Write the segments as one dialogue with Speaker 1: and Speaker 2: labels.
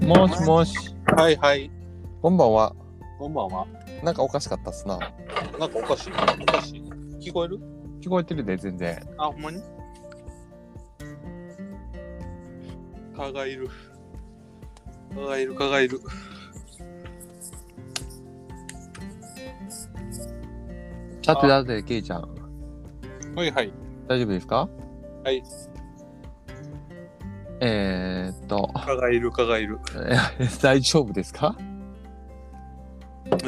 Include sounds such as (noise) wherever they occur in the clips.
Speaker 1: もしもし、
Speaker 2: はいはい。
Speaker 1: こんばんは。
Speaker 2: こんばんは。
Speaker 1: なんかおかしかったっすな。
Speaker 2: なんかおかしい。おかしい。聞こえる
Speaker 1: 聞こえてるで、全然。
Speaker 2: あ、ほんまに蚊がいる。蚊がいる、蚊がいる。
Speaker 1: さてだて、ケイちゃん、
Speaker 2: はいはい。
Speaker 1: 大丈夫ですか
Speaker 2: はい。
Speaker 1: えー、っと、
Speaker 2: 蚊がいる、蚊がいる。
Speaker 1: え (laughs) 大丈夫ですか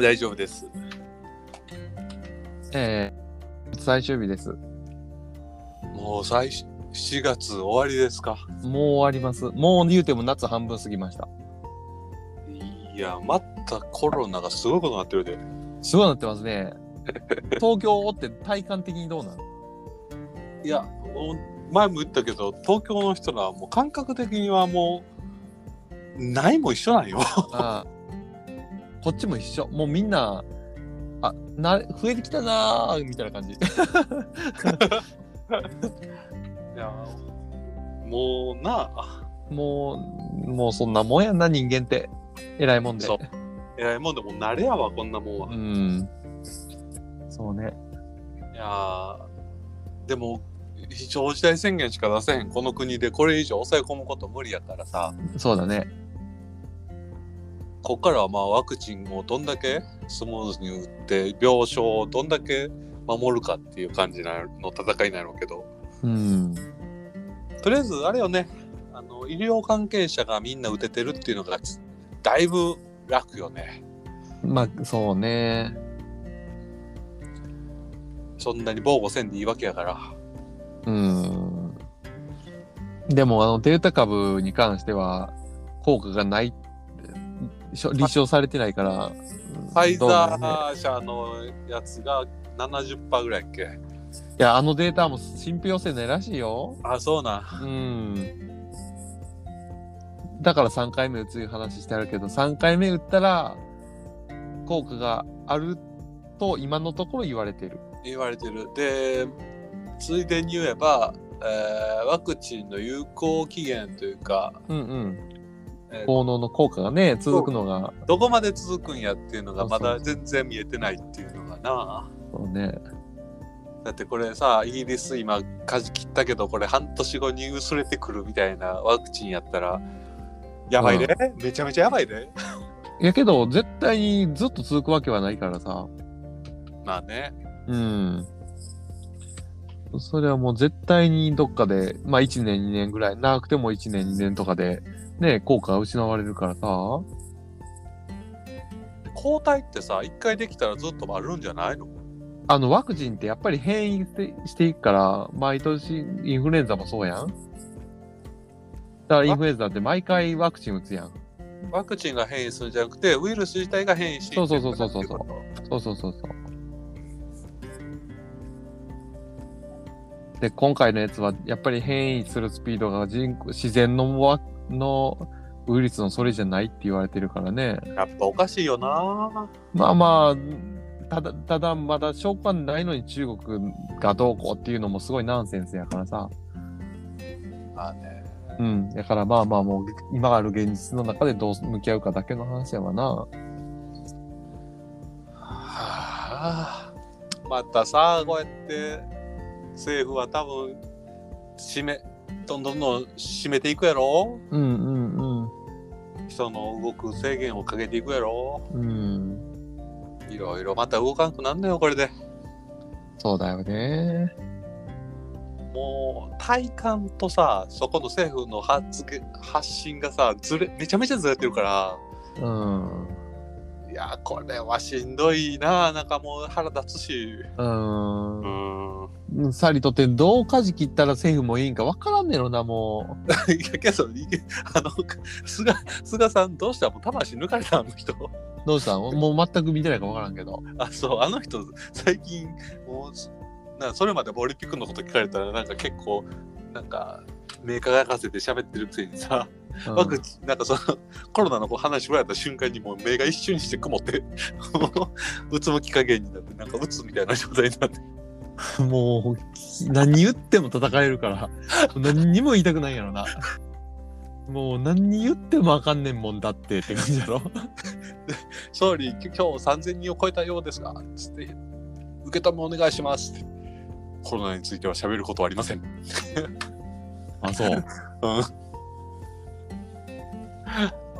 Speaker 2: 大丈夫です。
Speaker 1: えー、最終日です。
Speaker 2: もう最初、7月終わりですか。
Speaker 1: もう終わります。もう言うても夏半分過ぎました。
Speaker 2: いや、またコロナがすごいことになってるで。
Speaker 1: すごいなってます (laughs) ね。東京って体感的にどうなの
Speaker 2: いや、お前も言ったけど、東京の人らはもう感覚的にはもう、ないも一緒なんよ。
Speaker 1: あーこっちも一緒。もうみんな、あ、な増えてきたなーみたいな感じ。 (laughs)
Speaker 2: いや、もうなあ。
Speaker 1: もう、もうそんなもんやんな、人間って。偉いもんで。
Speaker 2: そう。 (laughs) えらいもんでもう慣れやわ、こんなもんは。
Speaker 1: うん。そうね。
Speaker 2: いやーでも、非常事態宣言しか出せへん、この国でこれ以上抑え込むこと無理やからさ、
Speaker 1: そうだね。
Speaker 2: こっからはまあワクチンをどんだけスムーズに打って、病床をどんだけ守るかっていう感じなの戦いなのけど、
Speaker 1: うん。
Speaker 2: とりあえずあれよね、あの医療関係者がみんな打ててるっていうのが、だいぶ楽よね。
Speaker 1: まあ、そうね。
Speaker 2: そんなに防護せんでいいわけやから。
Speaker 1: うん。でも、あの、デルタ株に関しては、効果がない、しょ立証されてないから、うん
Speaker 2: ファイザ
Speaker 1: どうなるね
Speaker 2: ー社のやつが70%ぐらいやっけ
Speaker 1: いや、あのデータも信憑性ないらしいよ。
Speaker 2: あ、そうなん。
Speaker 1: うん。だから3回目打ついう話してあるけど、3回目打ったら、効果があると、今のところ言われてる。
Speaker 2: 言われてる。で、ついでに言えば、えーワクチンの有効期限というか、
Speaker 1: うんうん。
Speaker 2: えー
Speaker 1: 効能の効果がね、続くのが、
Speaker 2: どこまで続くんやっていうのが
Speaker 1: そ
Speaker 2: ま
Speaker 1: うそう
Speaker 2: だ全然見えてないっていうのがな。
Speaker 1: そうね。
Speaker 2: だってこれさ、イギリス今、舵切ったけど、これ半年後に薄れてくるみたいなワクチンやったら、やばいね。めちゃめちゃやばいね。
Speaker 1: いやけど、絶対にずっと続くわけはないからさ。
Speaker 2: まあね。
Speaker 1: うん。それはもう絶対にどっかで、まあ1年2年ぐらい、長くても1年2年とかで、ね、効果が失われるからさ。
Speaker 2: 抗体ってさ、一回できたらずっとあるんじゃないの
Speaker 1: あのワクチンってやっぱり変異してしていくから、毎年インフルエンザもそうやん。だからインフルエンザって毎回ワクチン打つやん。
Speaker 2: ワクチンが変異するんじゃなくて、ウイルス自体が変異していってる
Speaker 1: そうそうそうそうそう
Speaker 2: ってこと
Speaker 1: そうそうそうそう。で、今回のやつはやっぱり変異するスピードが人自然のわのウイルスのそれじゃないって言われてるからね。
Speaker 2: やっぱおかしいよな
Speaker 1: まあまあ、ただ、ただまだ証拠がないのに中国がどうこうっていうのもすごいナンセンスやからさ。
Speaker 2: まあね。
Speaker 1: うん。だからまあまあもう、今ある現実の中でどう向き合うかだけの話やわな。
Speaker 2: はあまたさ、こうやって政府は多分、締め、どんどんどん締めていくやろ
Speaker 1: うんうん
Speaker 2: 人の動く制限をかけていくやろ
Speaker 1: うん。うん。
Speaker 2: いろいろまた動かんくなんのよ、これで。
Speaker 1: そうだよね。
Speaker 2: もう、体感とさ、そこの政府の発言発信がさ、ずれ、めちゃめちゃずれてるから。
Speaker 1: うん。
Speaker 2: いやーこれはしんどいななんかもう腹立つし
Speaker 1: うん
Speaker 2: う。ん
Speaker 1: サリとってどう舵切ったら政府もいいんかわからんねえろなもう
Speaker 2: いやけどいけ (laughs) あの菅菅さんどうしたもう魂抜かれたあの人
Speaker 1: どうしたんもう全く見てないかわからんけど
Speaker 2: あそうあの人最近もうすなそれまでオリンピックのこと聞かれたらなんか結構なんか目輝かせて喋ってるくせにさ、
Speaker 1: うん
Speaker 2: ワクチンなんかその (laughs) コロナのこう話振られた瞬間にもう目が一瞬にして曇って (laughs) うつむき加減になってなんかうつみたいな状態になって
Speaker 1: もう何言っても叩かれるから何にも言いたくないんやろなもう何言ってもあかんねんもんだってって感じだろ
Speaker 2: 総理、今日3000人を超えたようですが、つって、受け止めお願いしますって。コロナについては喋ることはありません。
Speaker 1: あそう (laughs)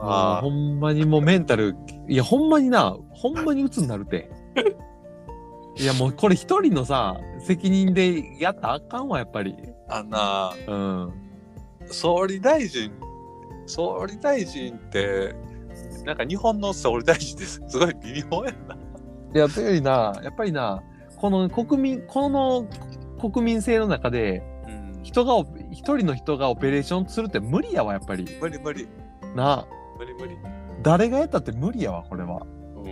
Speaker 1: あー
Speaker 2: あ
Speaker 1: ほんまにもうメンタルいやほんまになほんまに鬱になるていやもうこれ一人のさ責任でやったらあかんわやっぱり
Speaker 2: あんな、
Speaker 1: うん
Speaker 2: 総理大臣、総理大臣って、なんか日本の総理大臣ってす (laughs) ごい微妙やな。
Speaker 1: いやというよりなやっぱりなこの国民この国民性の中で
Speaker 2: うん
Speaker 1: 人が一人の人がオペレーションするって無理やわやっぱり
Speaker 2: 無理無理、
Speaker 1: な
Speaker 2: 無理無理。
Speaker 1: 誰がやったって無理やわこれは
Speaker 2: うん。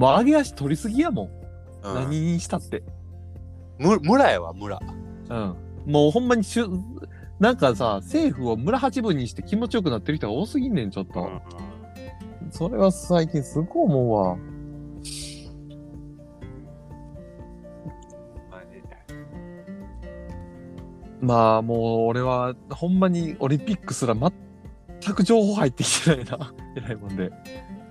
Speaker 1: もう上げ足取りすぎやもん、
Speaker 2: うん
Speaker 1: 何にしたって
Speaker 2: む村やわ、村。
Speaker 1: うんもうほんまにしゅなんかさ政府を村八分にして気持ちよくなってる人が多すぎんねんちょっと、それは最近すごい思うわ
Speaker 2: まあね
Speaker 1: まあもう俺はほんまにオリンピックすら全く情報入ってきてないな (laughs) 偉いもんで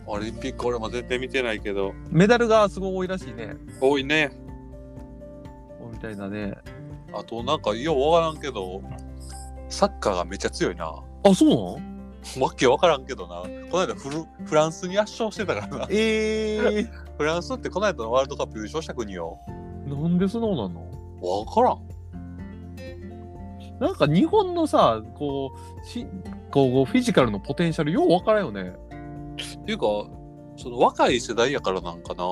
Speaker 2: オリンピック俺も全然見てないけど、
Speaker 1: メダルがすごい多いらしいね
Speaker 2: 多いね。
Speaker 1: みたいなね
Speaker 2: あとなんかようわからんけどサッカーがめっちゃ強いなわ
Speaker 1: あそうなん
Speaker 2: けわからんけどなこの間フルフランスに圧勝してたからな
Speaker 1: (laughs)
Speaker 2: (laughs)
Speaker 1: ええ
Speaker 2: フランスってこの間のワールドカップ優勝した国よ
Speaker 1: なんでそんなことなんの
Speaker 2: わからん
Speaker 1: なんか日本のさこうしこうフィジカルのポテンシャルよう分からんよね
Speaker 2: っていうかその若い世代やからなんかな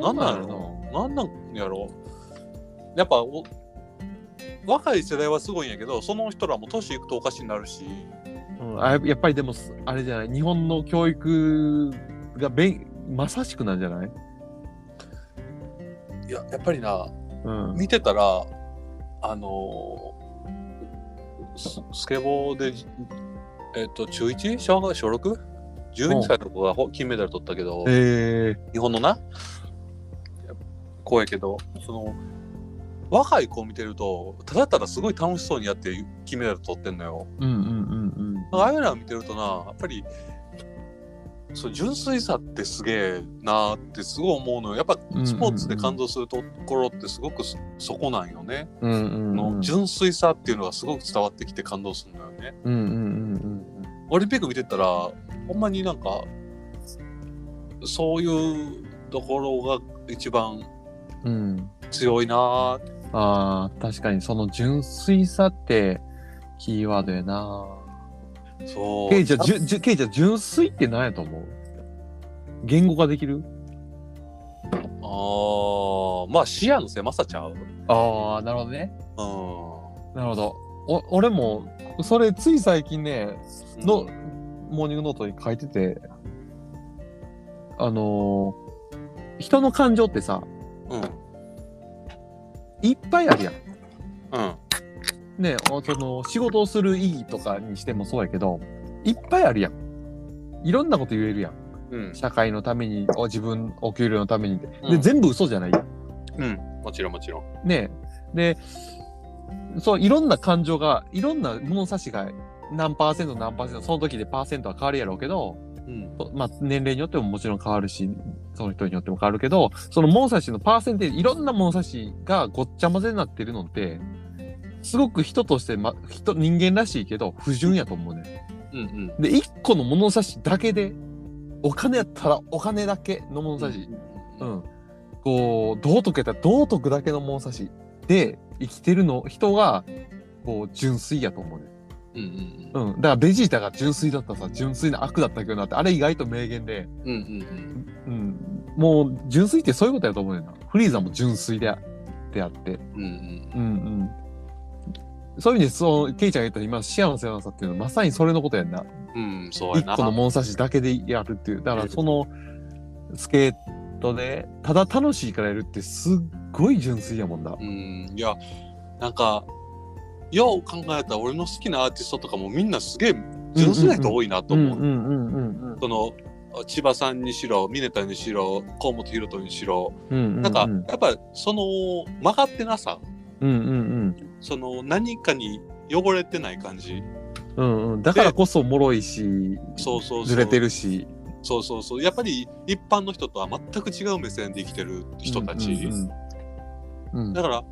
Speaker 1: なんなんやろ
Speaker 2: なんな
Speaker 1: な
Speaker 2: んやなんなんやろやっぱお若い世代はすごいんやけどその人らも年いくとおかしになるし
Speaker 1: うん、あややっぱりでもすあれじゃない日本の教育がべんまさしくなんじゃない、
Speaker 2: いややっぱりな
Speaker 1: うん、
Speaker 2: 見てたらあのーススケボーでえっ、と中 1? 小学小 6?12 歳の子がほ金メダル取ったけど
Speaker 1: え
Speaker 2: 日本のな怖いけどその若い子を見てるとただただすごい楽しそうにやって金メダル取ってんのよ
Speaker 1: うんうんうんうん
Speaker 2: ああいうのを見てるとなやっぱりそう純粋さってすげえなーってすごい思うのよやっぱスポーツで感動するところってすごくそそこなんよね、
Speaker 1: うんうんうん
Speaker 2: の純粋さっていうのがすごく伝わってきて感動するんだよね。
Speaker 1: うんうんうん
Speaker 2: オリンピック見てたらほんまになんかそういうところが一番
Speaker 1: うんうん
Speaker 2: 強いなー
Speaker 1: あー確かにその純粋さってキーワードやな
Speaker 2: そう
Speaker 1: ケイちゃんじゅじゅケイちゃん純粋って何やと思う言語化できる
Speaker 2: あーまあ視野の狭さちゃう。
Speaker 1: ああなるほどね
Speaker 2: う
Speaker 1: なるほどお俺もそれつい最近ね
Speaker 2: ん、
Speaker 1: の、モーニングノートに書いてて、あのー人の感情ってさ、
Speaker 2: うん
Speaker 1: いっぱいあるやん。
Speaker 2: うん
Speaker 1: ねおその、仕事をする意義とかにしてもそうやけど、いっぱいあるやん。いろんなこと言えるやん。
Speaker 2: うん
Speaker 1: 社会のために、お自分、お給料のためにって。で、
Speaker 2: うん
Speaker 1: 全部嘘じゃないやん。
Speaker 2: うんもちろんもちろん。
Speaker 1: ねで、そう、いろんな感情が、いろんな物差しが、何パーセント何パーセント、その時でパーセントは変わるやろうけど、
Speaker 2: うん
Speaker 1: とまあ、年齢によってももちろん変わるし、その人によっても変わるけど、その物差しのパーセンテージ、いろんな物差しがごっちゃ混ぜになってるのって、すごく人として、ま、人、人間らしいけど、不純やと思うね。
Speaker 2: うんうん。
Speaker 1: で、一個の物差しだけで、お金やったらお金だけの物差し。う
Speaker 2: うん
Speaker 1: ん。こう、道徳やったら道徳だけの物差しで生きてるの、人が、こう、純粋やと思うね。
Speaker 2: うん
Speaker 1: うん。だからベジータが純粋だったらさ、純粋な悪だったけどなって、あれ意外と名言で、
Speaker 2: うんうんうん
Speaker 1: うん、もう純粋ってそういうことやと思うよな。フリーザも純粋であであって。
Speaker 2: うんうん
Speaker 1: うんうん。そういう意味で、その、ケイちゃんが言った今、幸せなさっていうのはまさにそれのことやんな。
Speaker 2: うんうんそうや
Speaker 1: 一
Speaker 2: な。
Speaker 1: 個の物差しだけでやるっていう。だからその、スケートで、ただ楽しいからやるってすっごい純粋やもんな。
Speaker 2: うん、いや、なんか、よう考えたら俺の好きなアーティストとかもみんなすげえ純粋な人多いなと思う。
Speaker 1: んうんうん
Speaker 2: その千葉さんにしろ、峰田にしろ、河本大翔にしろ、
Speaker 1: うん。
Speaker 2: なんか、
Speaker 1: うん
Speaker 2: やっぱその曲がってなさ、
Speaker 1: うんうん。
Speaker 2: その何かに汚れてない感じ、
Speaker 1: うんうんうん、だからこそ脆いし、
Speaker 2: そうそうそう
Speaker 1: ずれてるし、
Speaker 2: そうそうそうやっぱり一般の人とは全く違う目線で生きてる人たち、
Speaker 1: うんうんうんうん
Speaker 2: だから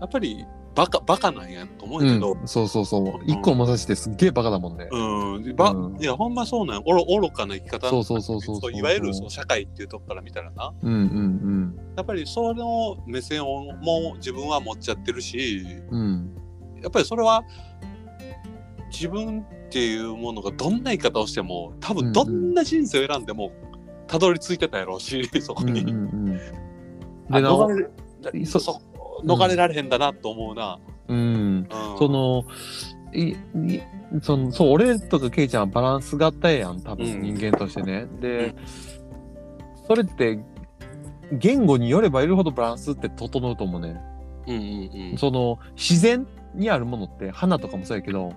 Speaker 2: やっぱりバカバカなんやと思うけど、
Speaker 1: うんそうそうそう
Speaker 2: う。ん
Speaker 1: 一個もさしてすっげえバカだもんね。
Speaker 2: うんば
Speaker 1: うん
Speaker 2: いやほんまそうなんやおろ愚かな生き方
Speaker 1: そうそうそうそうそう
Speaker 2: いわゆるその社会っていうとこから見たらな
Speaker 1: うんうん
Speaker 2: やっぱりその目線をもう自分は持っちゃってるし
Speaker 1: うん。うん。
Speaker 2: やっぱりそれは自分っていうものがどんな言い方をしても多分どんな人生を選んでもたどり着いてたやろうし (laughs) そこ
Speaker 1: うんうんう
Speaker 2: に、
Speaker 1: ん。で
Speaker 2: あ
Speaker 1: なお
Speaker 2: 逃れる
Speaker 1: そ
Speaker 2: そそ逃れられへんだなと思うな、
Speaker 1: うん。
Speaker 2: うん
Speaker 1: その、い、い、その、そう、俺とかケイちゃんはバランスがあったやん、多
Speaker 2: う
Speaker 1: 分人
Speaker 2: ん
Speaker 1: 間としてね。
Speaker 2: う
Speaker 1: で
Speaker 2: ん、
Speaker 1: それって、言語によればいるほどバランスって整うと思うね。
Speaker 2: うんうん
Speaker 1: その、自然にあるものって、花とかもそうやけど、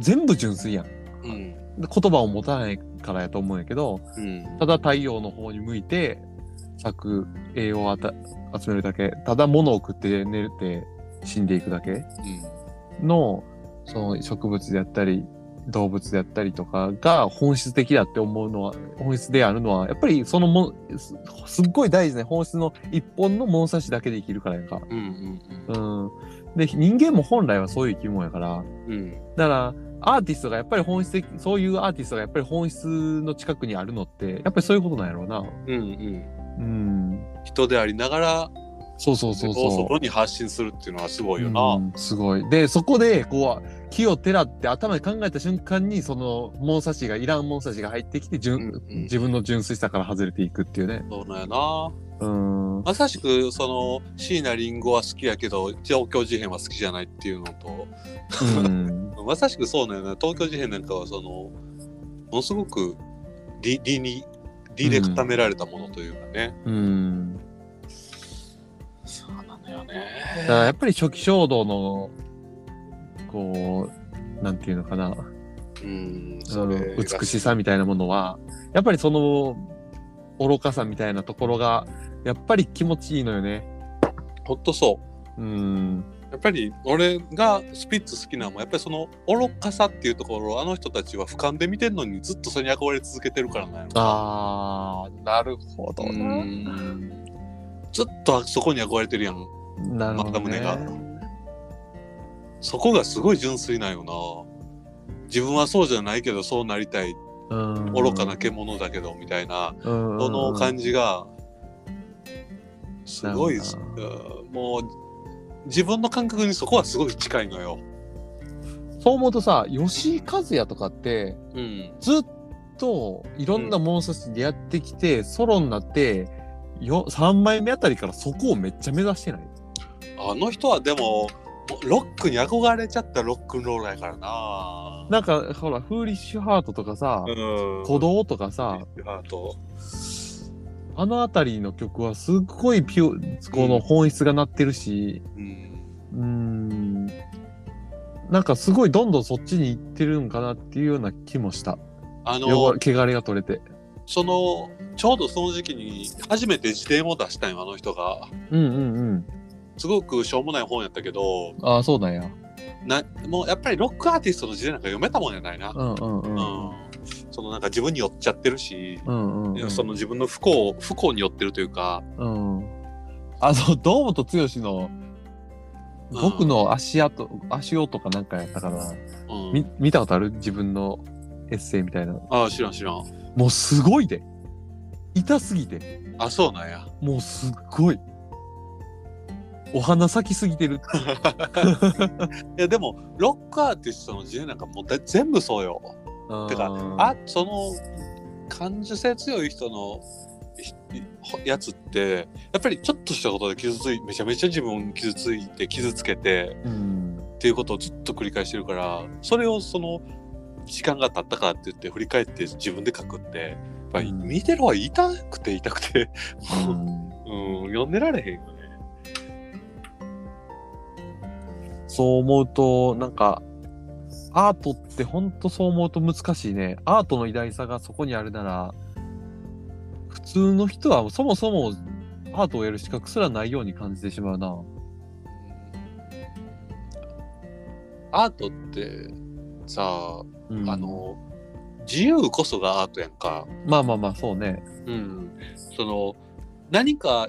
Speaker 1: 全部純粋やん。
Speaker 2: うんうん
Speaker 1: 言葉を持たないからやと思うんやけど、
Speaker 2: うん
Speaker 1: ただ太陽の方に向いて咲く栄養をあた集めるだけ、ただ物を食って寝るって死んでいくだけの、その植物であったり、動物であったりとかが本質的だって思うのは、本質であるのは、やっぱりそのもんす、すっごい大事な本質の一本の物差しだけで生きるからやんか。
Speaker 2: うんうん
Speaker 1: うん。で、人間も本来はそういう生き物やから、
Speaker 2: うんうん
Speaker 1: だから、アーティストがやっぱり本質的、そういうアーティストがやっぱり本質の近くにあるのって、やっぱりそういうことなんやろうな。
Speaker 2: うんうん
Speaker 1: うん。
Speaker 2: 人でありながら
Speaker 1: そうそうそう
Speaker 2: こう
Speaker 1: そう。
Speaker 2: 外に発信するっていうのはすごいよ
Speaker 1: う
Speaker 2: な。
Speaker 1: んすごい。で、そこで、こう、木をてらって頭で考えた瞬間に、その、物差しが、いらん物差しが入ってきて、純
Speaker 2: うんうん
Speaker 1: 自分の純粋さから外れていくっていうね。
Speaker 2: そうなんやな。
Speaker 1: うん。
Speaker 2: まさしくその椎名林檎は好きやけど東京事変は好きじゃないっていうのと
Speaker 1: うん。
Speaker 2: まさしくそうなんやな東京事変なんかはそのものすごく理理に理で固められたものというかね。
Speaker 1: うん。
Speaker 2: そうなのよ
Speaker 1: だから
Speaker 2: ね。
Speaker 1: やっぱり初期衝動の、こう、なんていうのかな。
Speaker 2: うん、
Speaker 1: そ
Speaker 2: そ
Speaker 1: の
Speaker 2: れが
Speaker 1: 美しさみたいなものはやっぱりその愚かさみたいなところがやっぱり気持ちいいのよね。
Speaker 2: ほっとそう。
Speaker 1: うん
Speaker 2: やっぱり俺がスピッツ好きなのもやっぱりその愚かさっていうところをあの人たちは俯瞰で見てるのにずっとそれに憧れ続けてるからなんやろ
Speaker 1: あーなるほど
Speaker 2: う
Speaker 1: な。
Speaker 2: んずっとそこに憧れてるやん
Speaker 1: なるほど、ね。
Speaker 2: またそこがすごい純粋なんよな自分はそうじゃないけどそうなりたい
Speaker 1: うん
Speaker 2: 愚かな獣だけどみたいな
Speaker 1: うん
Speaker 2: その感
Speaker 1: じ。
Speaker 2: じがすごい
Speaker 1: なるほ
Speaker 2: うんもう自分の感覚にそこはすごい近いのよ
Speaker 1: そう思うとさ吉井和也とかって
Speaker 2: うん
Speaker 1: ずっといろんな物差しでやってきて、ソロになってよ3枚目あたりからそこをめっちゃ目指してない
Speaker 2: あの人はでももうロックに憧れちゃったロックンローラーやからな。
Speaker 1: なんかほらフーリッシュハートとかさ、
Speaker 2: うん
Speaker 1: 鼓動とかさ、
Speaker 2: ハート。
Speaker 1: あのあたりの曲はすっごいピュこの本質がなってるし、
Speaker 2: うん。
Speaker 1: うーん、なんかすごいどんどんそっちに行ってるんかなっていうような気もした。
Speaker 2: あ
Speaker 1: 汚
Speaker 2: の
Speaker 1: れ汚れが取れて。
Speaker 2: そのちょうどその時期に初めて自伝を出したんよあの人が。
Speaker 1: うんうんうん。
Speaker 2: すごくしょうもない本やったけど
Speaker 1: ああ、そうなんや。
Speaker 2: なもうやっぱりロックアーティストの自伝なんか読めたもんじゃないな。
Speaker 1: うんうんう
Speaker 2: うん
Speaker 1: ん。
Speaker 2: そのなんか自分に寄っちゃってるし、
Speaker 1: うんうん、
Speaker 2: いうや
Speaker 1: ん。
Speaker 2: その自分の不幸不幸に寄ってるというか。
Speaker 1: うん。あの、堂本剛の
Speaker 2: うん
Speaker 1: 僕の足跡、足音かなんかやったから、
Speaker 2: うん
Speaker 1: み見たことある自分のエッセイみたいな。
Speaker 2: ああ知らん知らん。
Speaker 1: もうすごいで。痛すぎて。
Speaker 2: あそうなんや。
Speaker 1: もうすっごい。お花咲きすぎてる。
Speaker 2: いやでもロックアーティストの自由なんかもうだ全部そうよ。てか
Speaker 1: あ
Speaker 2: あその感受性強い人のひほやつってやっぱりちょっとしたことで傷ついめちゃめちゃ自分を傷ついて傷つけて
Speaker 1: ー、うん。
Speaker 2: っていうことをずっと繰り返してるからそれをその時間が経ったからって言って振り返って自分で書くってやっぱり
Speaker 1: うん
Speaker 2: 見てるは痛くて痛くて、
Speaker 1: う
Speaker 2: うん
Speaker 1: ん
Speaker 2: 読んでられへんよね。
Speaker 1: そう思うと、なんか、アートってほんとそう思うと難しいね。アートの偉大さがそこにあるなら、普通の人はそもそもアートをやる資格すらないように感じてしまうな。
Speaker 2: アートってさ、
Speaker 1: うん
Speaker 2: あの自由こそがアートやんか、
Speaker 1: まあまあまあそうね
Speaker 2: うん、その何か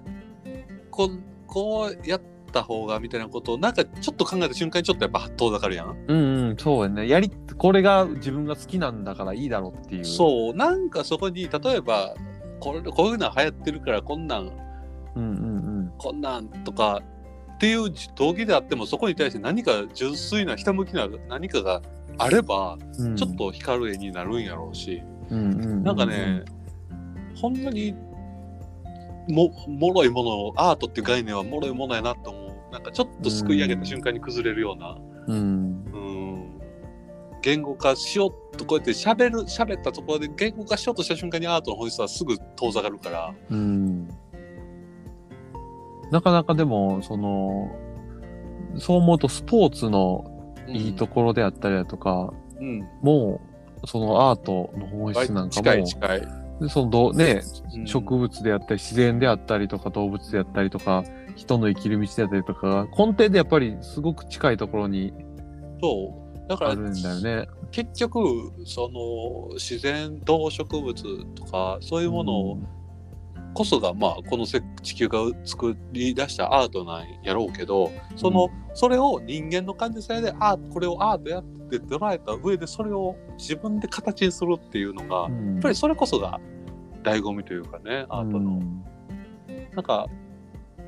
Speaker 2: こんこうやった方がみたいなことをなんかちょっと考えた瞬間にちょっとやっぱ遠ざかるやん、
Speaker 1: うんうんそうやねやりこれが自分が好きなんだからいいだろうっていう
Speaker 2: そうなんかそこに例えばこれこういうの流行ってるからこんなん
Speaker 1: ううんうんうん
Speaker 2: こんなんとかっていう動機であってもそこに対して何か純粋なひたむきな何かがあれば
Speaker 1: うん
Speaker 2: ちょっと光る絵になるんやろうし、
Speaker 1: うんううん
Speaker 2: なんかね、ほんまにももろいものをアートっていう概念はもろいものやなと思うなんかちょっとすくい上げた瞬間に崩れるような、
Speaker 1: うん
Speaker 2: うん、言語化しようとこうやってしゃべる喋ったところで言語化しようとした瞬間にアートの本質はすぐ遠ざかるから
Speaker 1: うんなかなかでもそのそう思うとスポーツのいいところであったりだとか、
Speaker 2: うん、
Speaker 1: もうそのアートの本質なんかも
Speaker 2: 近い近い、
Speaker 1: でそのどうね
Speaker 2: うん
Speaker 1: 植物であったり自然であったりとか動物であったりとか人の生きる道であったりとか根底でやっぱりすごく近いところに
Speaker 2: そうだか
Speaker 1: あ
Speaker 2: ら
Speaker 1: るんだよね。
Speaker 2: 結局その自然動植物とかそういうものをこそがまあこのせ地球が作り出したアートなんやろうけどその、それを人間の感受性でアートこれをアートやって捉えた上でそれを自分で形にするっていうのが
Speaker 1: う
Speaker 2: やっ
Speaker 1: ん、や
Speaker 2: ぱりそれこそが醍醐味というかねアートの、なんか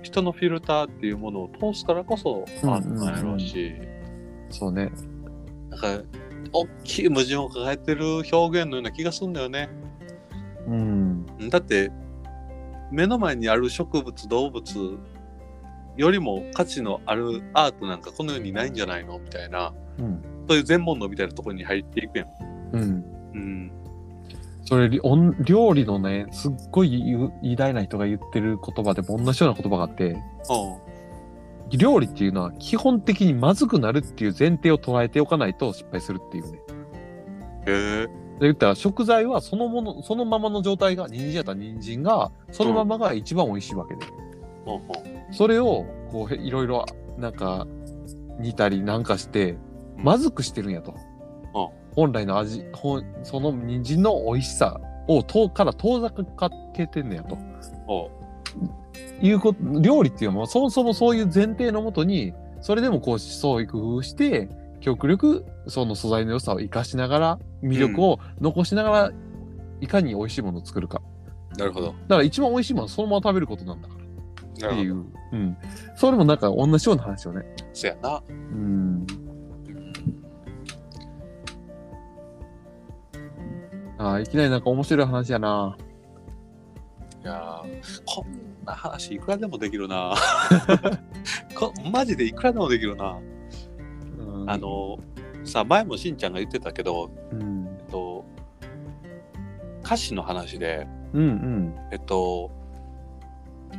Speaker 2: 人のフィルターっていうものを通すからこそアートなんやろうし、
Speaker 1: そうね。
Speaker 2: なんか大きい矛盾を抱えてる表現のような気がするんだよね。
Speaker 1: うん。
Speaker 2: だって目の前にある植物動物よりも価値のあるアートなんかこの世にないんじゃないのみたいな
Speaker 1: うん。
Speaker 2: そういう全問答みたいなところに入っていくやん。
Speaker 1: うん。
Speaker 2: うん、
Speaker 1: それ、りおん料理のね、すっごいゆ偉大な人が言ってる言葉でも同じような言葉があって、料理っていうのは基本的にまずくなるっていう前提を捉えておかないと失敗するっていうね。
Speaker 2: へえ。
Speaker 1: で言ったら食材はそのもの、そのままの状態が、人参やったら人参が、そのままが一番美味しいわけで。
Speaker 2: ほうほ
Speaker 1: それを、こう、へいろいろ、なんか、煮たりなんかして、
Speaker 2: うん
Speaker 1: まずくしてるんやと。本来の味、ほんその人参の美味しさを遠から遠ざかけてんねやと。
Speaker 2: うほ
Speaker 1: いうこと、料理っていうのは、そもそもそういう前提のもとに、それでもこう、創意工夫して、極力、その素材の良さを生かしながら、魅力を残しながら、いかに美味しいものを作るか。
Speaker 2: うなるほど。
Speaker 1: だから一番美味しいものはそのまま食べることなんだからっ
Speaker 2: なる
Speaker 1: てい
Speaker 2: ほど。
Speaker 1: う。うん。それもなんか同じような話よね。
Speaker 2: そやな。
Speaker 1: うん。ああ、いきなりなんか面白い話やな。
Speaker 2: いやーこんな話いくらでもできる
Speaker 1: (laughs)
Speaker 2: な。こマジでいくらでもできるな。
Speaker 1: うん
Speaker 2: あ、のさ前もしんちゃんが言ってたけど、
Speaker 1: うん
Speaker 2: え、っと、歌詞の話で。
Speaker 1: うん
Speaker 2: えっと、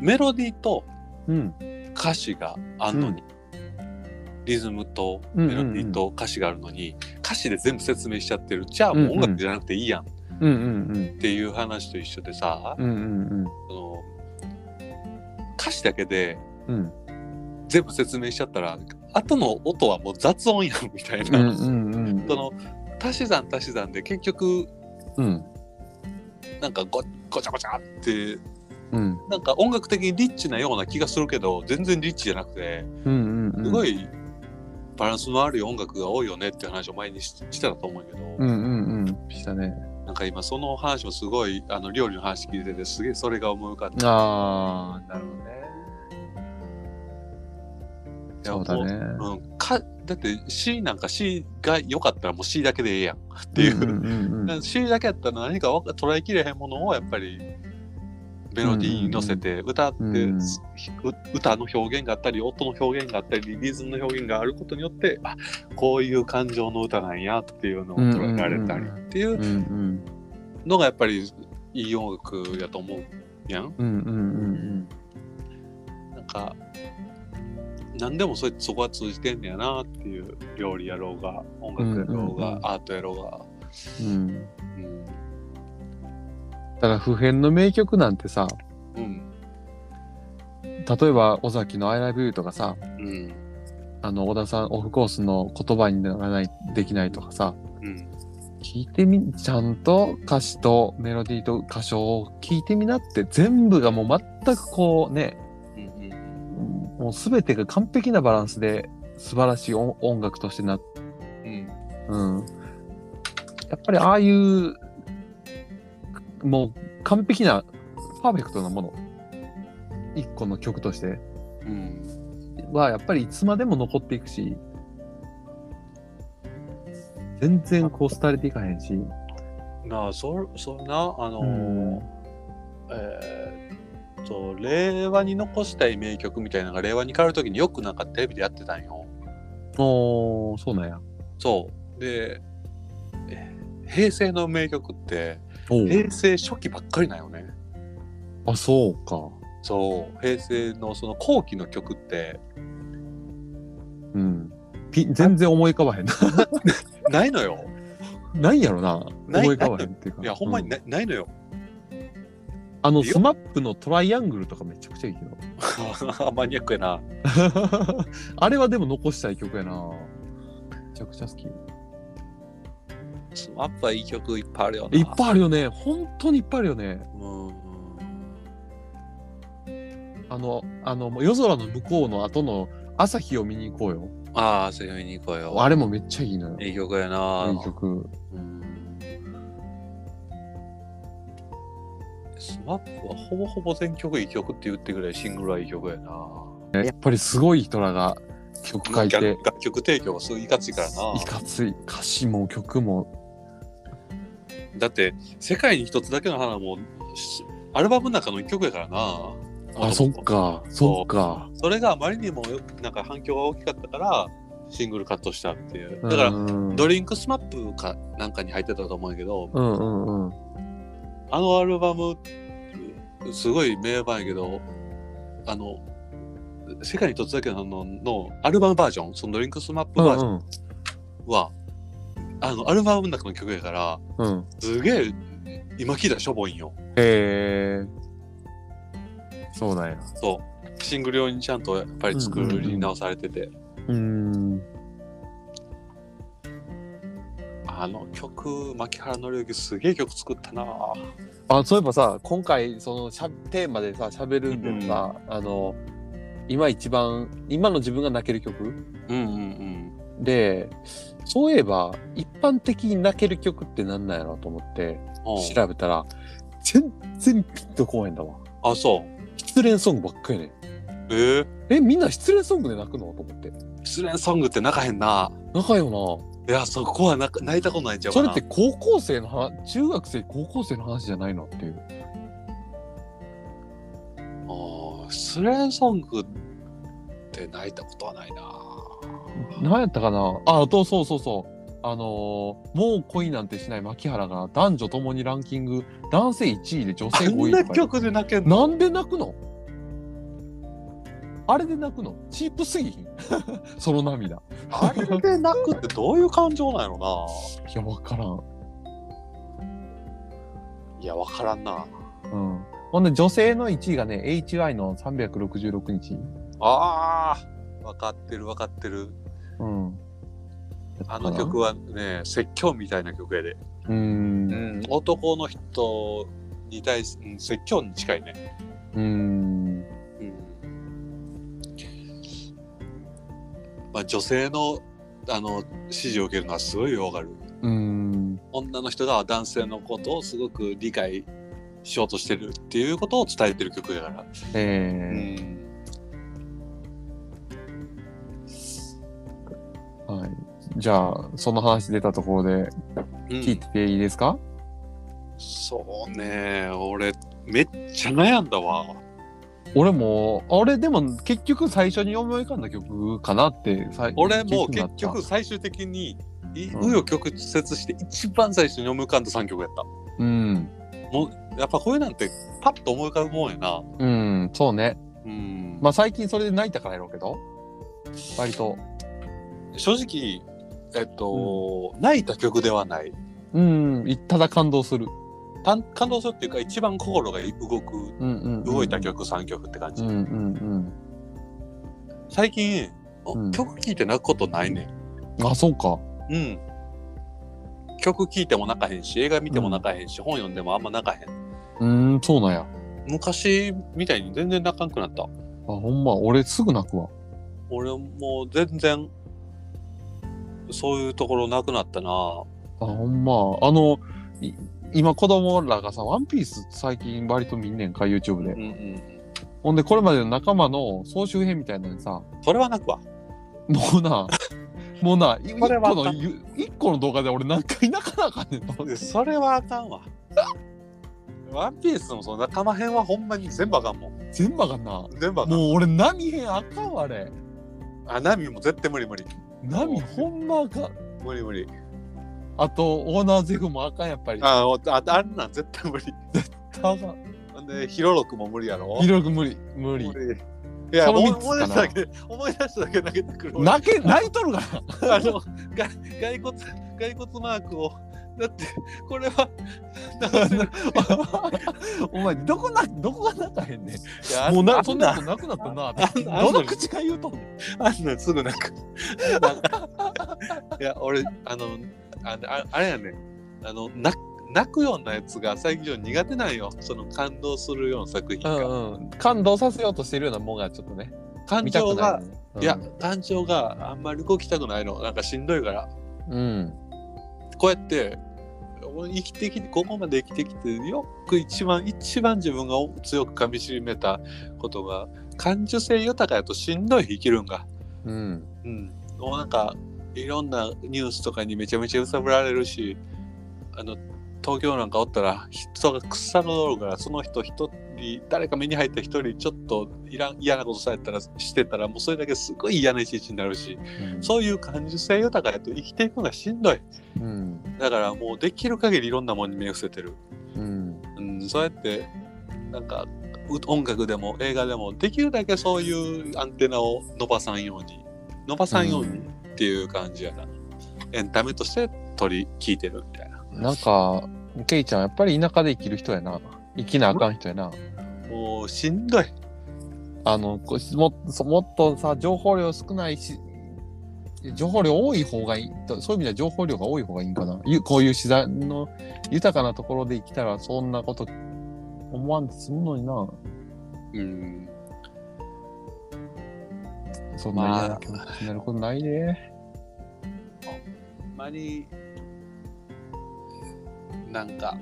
Speaker 2: メロディーと
Speaker 1: うんうん
Speaker 2: 歌詞があんのに、リズムと
Speaker 1: うん
Speaker 2: メロディーと歌詞があるのに、歌詞で全部説明しちゃってる。じゃあもう音楽じゃなくていいやんっ
Speaker 1: うんうん
Speaker 2: ていう話と一緒でさ、
Speaker 1: うんうん
Speaker 2: その歌詞だけで
Speaker 1: うんうん
Speaker 2: 全部説明しちゃったら、後の音はもう雑音やんみたいな。
Speaker 1: うんうんうん
Speaker 2: その足し算足し算で結局
Speaker 1: うん
Speaker 2: なんかごごちゃごちゃって
Speaker 1: うん
Speaker 2: なんか音楽的にリッチなような気がするけど全然リッチじゃなくて
Speaker 1: うんうん
Speaker 2: すごいバランスのある音楽が多いよねっていう話を前にししたらと思うけど、
Speaker 1: うんうんうんしたね
Speaker 2: なんか今その話もすごいあの料理の話聞いててすげえそれが思い浮かんで
Speaker 1: ああなるほどねそうだね
Speaker 2: うん、かだって C なんか C が良かったらもう C だけでええやんっていう、
Speaker 1: うんうんうん
Speaker 2: なんか C だけやったら何かわか捉えきれへんものをやっぱりメロディーに乗せて歌って、
Speaker 1: うん
Speaker 2: ひう歌の表現があったり音の表現があったりリズムの表現があることによってあこういう感情の歌なんやっていうのを捉えられたりっていう
Speaker 1: うんうん
Speaker 2: のがやっぱりいい音楽やと思うやん。
Speaker 1: うんうんうん
Speaker 2: なんか何でもそれそこは通じてんねやなっていう料理やろうが音楽や
Speaker 1: う
Speaker 2: ろう
Speaker 1: んうん
Speaker 2: が
Speaker 1: う
Speaker 2: アートやろう
Speaker 1: うん
Speaker 2: が。うん
Speaker 1: だから普遍の名曲なんてさ
Speaker 2: うん
Speaker 1: 例えば尾崎の「ILOVEYOU」とかさ
Speaker 2: うん
Speaker 1: あの、小田さん、オフコースの言葉にならない、できないとかさ、
Speaker 2: うん
Speaker 1: 聞いてみ、ちゃんと歌詞とメロディーと歌唱を聞いてみなって、全部がもう全くこうね、
Speaker 2: うんうん
Speaker 1: もう全てが完璧なバランスで素晴らしい音音楽としてな、
Speaker 2: うん
Speaker 1: うん。やっぱりああいう、もう完璧な、パーフェクトなもの、一個の曲として
Speaker 2: うん
Speaker 1: はやっぱりいつまでも残っていくし、全然こう廃れていかへんし、
Speaker 2: なあそそんなあのー
Speaker 1: うん
Speaker 2: えーっと令和に残したい名曲みたいなのが令和に変わる時によくなんかテレビでやってたんよ
Speaker 1: おー、そうなんや。
Speaker 2: そうで、えー平成の名曲って
Speaker 1: おう
Speaker 2: 平成初期ばっかりなんよね
Speaker 1: あ、そうか。
Speaker 2: そう平成のその後期の曲って
Speaker 1: うん。ピ全然思い浮かばへんな。 (laughs)
Speaker 2: ないのよ
Speaker 1: ないやろな。
Speaker 2: ない
Speaker 1: 思い浮かばへんっていうか。
Speaker 2: いやほんまに
Speaker 1: ね
Speaker 2: な,、ないのよ
Speaker 1: あの、
Speaker 2: いいよ
Speaker 1: スマップのトライアングルとかめちゃくちゃいいけど。
Speaker 2: マニアックやな
Speaker 1: あれはでも残したい曲やな。めちゃくちゃ好き。い
Speaker 2: スマップはいい曲いっぱいあるよな
Speaker 1: っぱいあるよね。本当にいっぱいあるよね。
Speaker 2: うん
Speaker 1: あの、あの、もう夜空の向こうの後の朝日を見に行こうよ。
Speaker 2: ああ遊びに行こうよ
Speaker 1: あれもめっちゃいいのよ。
Speaker 2: いい曲やない
Speaker 1: い曲。
Speaker 2: うんスマップはほぼほぼ全曲いい曲って言ってくらいシングルはいい曲やな
Speaker 1: やっぱりすごい人らが曲書いて、
Speaker 2: 楽楽曲提供がすごいいかついからない
Speaker 1: かつい歌詞も曲も、
Speaker 2: だって世界に一つだけの花もしアルバムの中の一曲やからな
Speaker 1: あ、そっか、そっか。
Speaker 2: それがあまりにもなんか反響が大きかったからシングルカットしたっていうだから、
Speaker 1: うん
Speaker 2: ドリンクスマップかなんかに入ってたと思うんやけど
Speaker 1: うんうんうん。
Speaker 2: あのアルバムすごい名盤やけどあの世界に一つだけのののアルバムバージョンそのドリンクスマップ
Speaker 1: う
Speaker 2: バージョン
Speaker 1: ん
Speaker 2: は、あのアルバムの中の曲やから
Speaker 1: うん。うん。
Speaker 2: すげえ今聞いたらしょぼいんよ
Speaker 1: へえ。そうなんや。
Speaker 2: そうシングル用にちゃんとやっぱり作り直されてて、
Speaker 1: うーん。
Speaker 2: あの曲牧原紀之すげえ曲作ったな
Speaker 1: あ、そういえばさ、今回、そのしゃ、テーマでさ、喋るんでさ、あの、今一番、今の自分が泣ける曲
Speaker 2: うんうんうん
Speaker 1: で、そういえば、一般的に泣ける曲ってなんなんやろうと思って、
Speaker 2: おう
Speaker 1: 調べたら、全然ピンとこへんだわ。
Speaker 2: あそう
Speaker 1: 失恋ソングばっかりやね
Speaker 2: ええ
Speaker 1: ん。え、みんな失恋ソングで泣くのと思って。
Speaker 2: 失恋ソングって泣かへんな
Speaker 1: 仲よ
Speaker 2: いやそこは泣か泣いたことないんちゃ
Speaker 1: な。
Speaker 2: うか
Speaker 1: それ
Speaker 2: な
Speaker 1: って高校生の話、中学生、高校生の話じゃないのっていう。
Speaker 2: ああ、失恋ソングって泣いたことはないな。
Speaker 1: 何やったかなあ、あと、そうそうそう。あのーもう恋なんてしない牧原が男女ともにランキング、男性1位で女性
Speaker 2: あん
Speaker 1: 5位
Speaker 2: な
Speaker 1: とかいう。
Speaker 2: 曲で泣けんの
Speaker 1: なんで泣くのあれで泣くのチープすぎひん (laughs) その涙。い
Speaker 2: あれで泣くってどういう感情なんやろ
Speaker 1: や、わからん。
Speaker 2: な。いや、わからんな。
Speaker 1: うん。ほんで、女性の1位がね、HY の366日。
Speaker 2: ああ、わかってるわかってる。
Speaker 1: うん。
Speaker 2: あの曲はね、説教みたいな曲やで。
Speaker 1: うーん。
Speaker 2: う、
Speaker 1: うん
Speaker 2: 男の人に対し、うん、説教に近いね。
Speaker 1: ーん。
Speaker 2: うん。まあ、女性の、あの、支持を受けるのはすごいわかる。
Speaker 1: うーん。
Speaker 2: 女の人が男性のことをすごく理解しようとしてるっていうことを伝えてる曲だから。う
Speaker 1: え
Speaker 2: ん。
Speaker 1: えはい。じゃあ、その話出たところで聞いていいですか、
Speaker 2: そうね、俺めっちゃ悩んだわ。
Speaker 1: 俺も、あれでも結局最初に思い浮かんだ曲かなって、さい
Speaker 2: 俺
Speaker 1: 聞
Speaker 2: も結
Speaker 1: くようにな
Speaker 2: 局
Speaker 1: っ
Speaker 2: 最終的に紆
Speaker 1: ん
Speaker 2: 余曲折して一番最初に思い浮かんだ3曲やった。
Speaker 1: た。うん。
Speaker 2: もうやっぱこういうなんてパッと思い浮かぶもんやな。
Speaker 1: うん、そうね。
Speaker 2: うん。
Speaker 1: まあ最近それで泣いたからやろうけど、割と。
Speaker 2: 正直、えっと、泣いた曲ではない。
Speaker 1: うん、ただ感動する。
Speaker 2: 感感動するっていうか一番心が動く、
Speaker 1: うんうん、うん。
Speaker 2: 動いた。曲3曲って感じ。
Speaker 1: うんうん
Speaker 2: 最近
Speaker 1: うん
Speaker 2: 曲聴いて泣くことないね
Speaker 1: あ、そうか。
Speaker 2: ん。うん。曲聴いても泣かへんし、映画見ても泣かへんし、本読んでもあんま泣かへん。
Speaker 1: うーん、そうなんや。
Speaker 2: 昔みたいに全然泣かんくなった。
Speaker 1: あ、ほんま、俺すぐ泣くわ。
Speaker 2: 俺もう全然、そういうところなくなったな
Speaker 1: あ、ほんま。あの、い今子供らがさ、ワンピース最近割と見んねんか、YouTube で
Speaker 2: う。んうん。
Speaker 1: ほんで、これまでの仲間の総集編みたいなのにさ、
Speaker 2: それは泣くわ。
Speaker 1: もう
Speaker 2: (laughs)
Speaker 1: な、もうな、一
Speaker 2: それは
Speaker 1: 個の、ゆ一個の動画で俺何回泣かなあかんねんと思って。
Speaker 2: それはあかんわ。ワンピースのその仲間編はほんまに全部あかんもん。
Speaker 1: 全部あかんな。も
Speaker 2: 全部あかん。
Speaker 1: う俺波編あかんわ、あれ。
Speaker 2: あ、ナミも絶対無理無理。
Speaker 1: 波ほんまあかん。
Speaker 2: 無理無理。
Speaker 1: あと、オーナーゼフもあかん、やっぱり。あ
Speaker 2: あ、おああんなん絶対無理。
Speaker 1: かん。
Speaker 2: ほんで、ヒロロクも無理やろ
Speaker 1: ひろゆき無理、無理。
Speaker 2: いや、
Speaker 1: その
Speaker 2: 思い
Speaker 1: 三つ
Speaker 2: 思い
Speaker 1: か
Speaker 2: 出
Speaker 1: な
Speaker 2: しただけ、思い出しただけ投げてくる。俺
Speaker 1: 泣け、泣いとるから。
Speaker 2: あの、が骸骨、骸骨マークを。だって、これは、
Speaker 1: お前どこなどこが泣かへんねん。
Speaker 2: いやあ
Speaker 1: もうな
Speaker 2: あ
Speaker 1: そん
Speaker 2: ん
Speaker 1: な
Speaker 2: な
Speaker 1: ことなくなったな
Speaker 2: あ
Speaker 1: って。
Speaker 2: んな
Speaker 1: どの口が言うとんねん。
Speaker 2: あんなんす
Speaker 1: (laughs)
Speaker 2: ぐ泣く。いや、俺、あの、あああれやねんあの、泣泣くようなやつが最近苦手なんよ。その感動するような作品
Speaker 1: う
Speaker 2: が。
Speaker 1: んうん。感動させようとしてるようなもんがちょっとね。
Speaker 2: 感
Speaker 1: 見た
Speaker 2: 情
Speaker 1: くな
Speaker 2: が
Speaker 1: い、ね。
Speaker 2: いや、感情があんまり動きたくないの。なんかしんどいから。
Speaker 1: うん。
Speaker 2: こうやって俺生きてきてここまで生きてきてよく一番一番自分が強く噛みしめたことが感受性豊かやとしんどい生きるんが、
Speaker 1: うん。うん。
Speaker 2: うん、もうなんかいろんなニュースとかにめちゃめちゃ揺さぶられるしあの東京なんかおったら人が草がおるからその人一人誰か目に入った一人ちょっといらん嫌なことされたらしてたらもうそれだけすごい嫌な一日になるしそういう感受性豊かやと生きていくのがしんどい。
Speaker 1: うん。
Speaker 2: だからもうできる限りいろんなものに目を伏せてる、
Speaker 1: うん。
Speaker 2: うん、そうやってなんかう音楽でも映画でもできるだけそういうアンテナを伸ばさんように伸ばさんようにっていう感じやな、エンタメとして取り聞いてるみたいな
Speaker 1: なんかケイちゃんやっぱり田舎で生きる人やな。生きなあかん人やな。
Speaker 2: もうしんどい
Speaker 1: あのこうもそもっとさ情報量少ないし。情報量多い方がいいとそういう意味では情報量が多い方がいいんかなゆこういう自然の豊かなところで生きたらそんなこと思わんと済むのにな
Speaker 2: うん
Speaker 1: そんな嫌な気持ちになることないね。
Speaker 2: ほんまになんか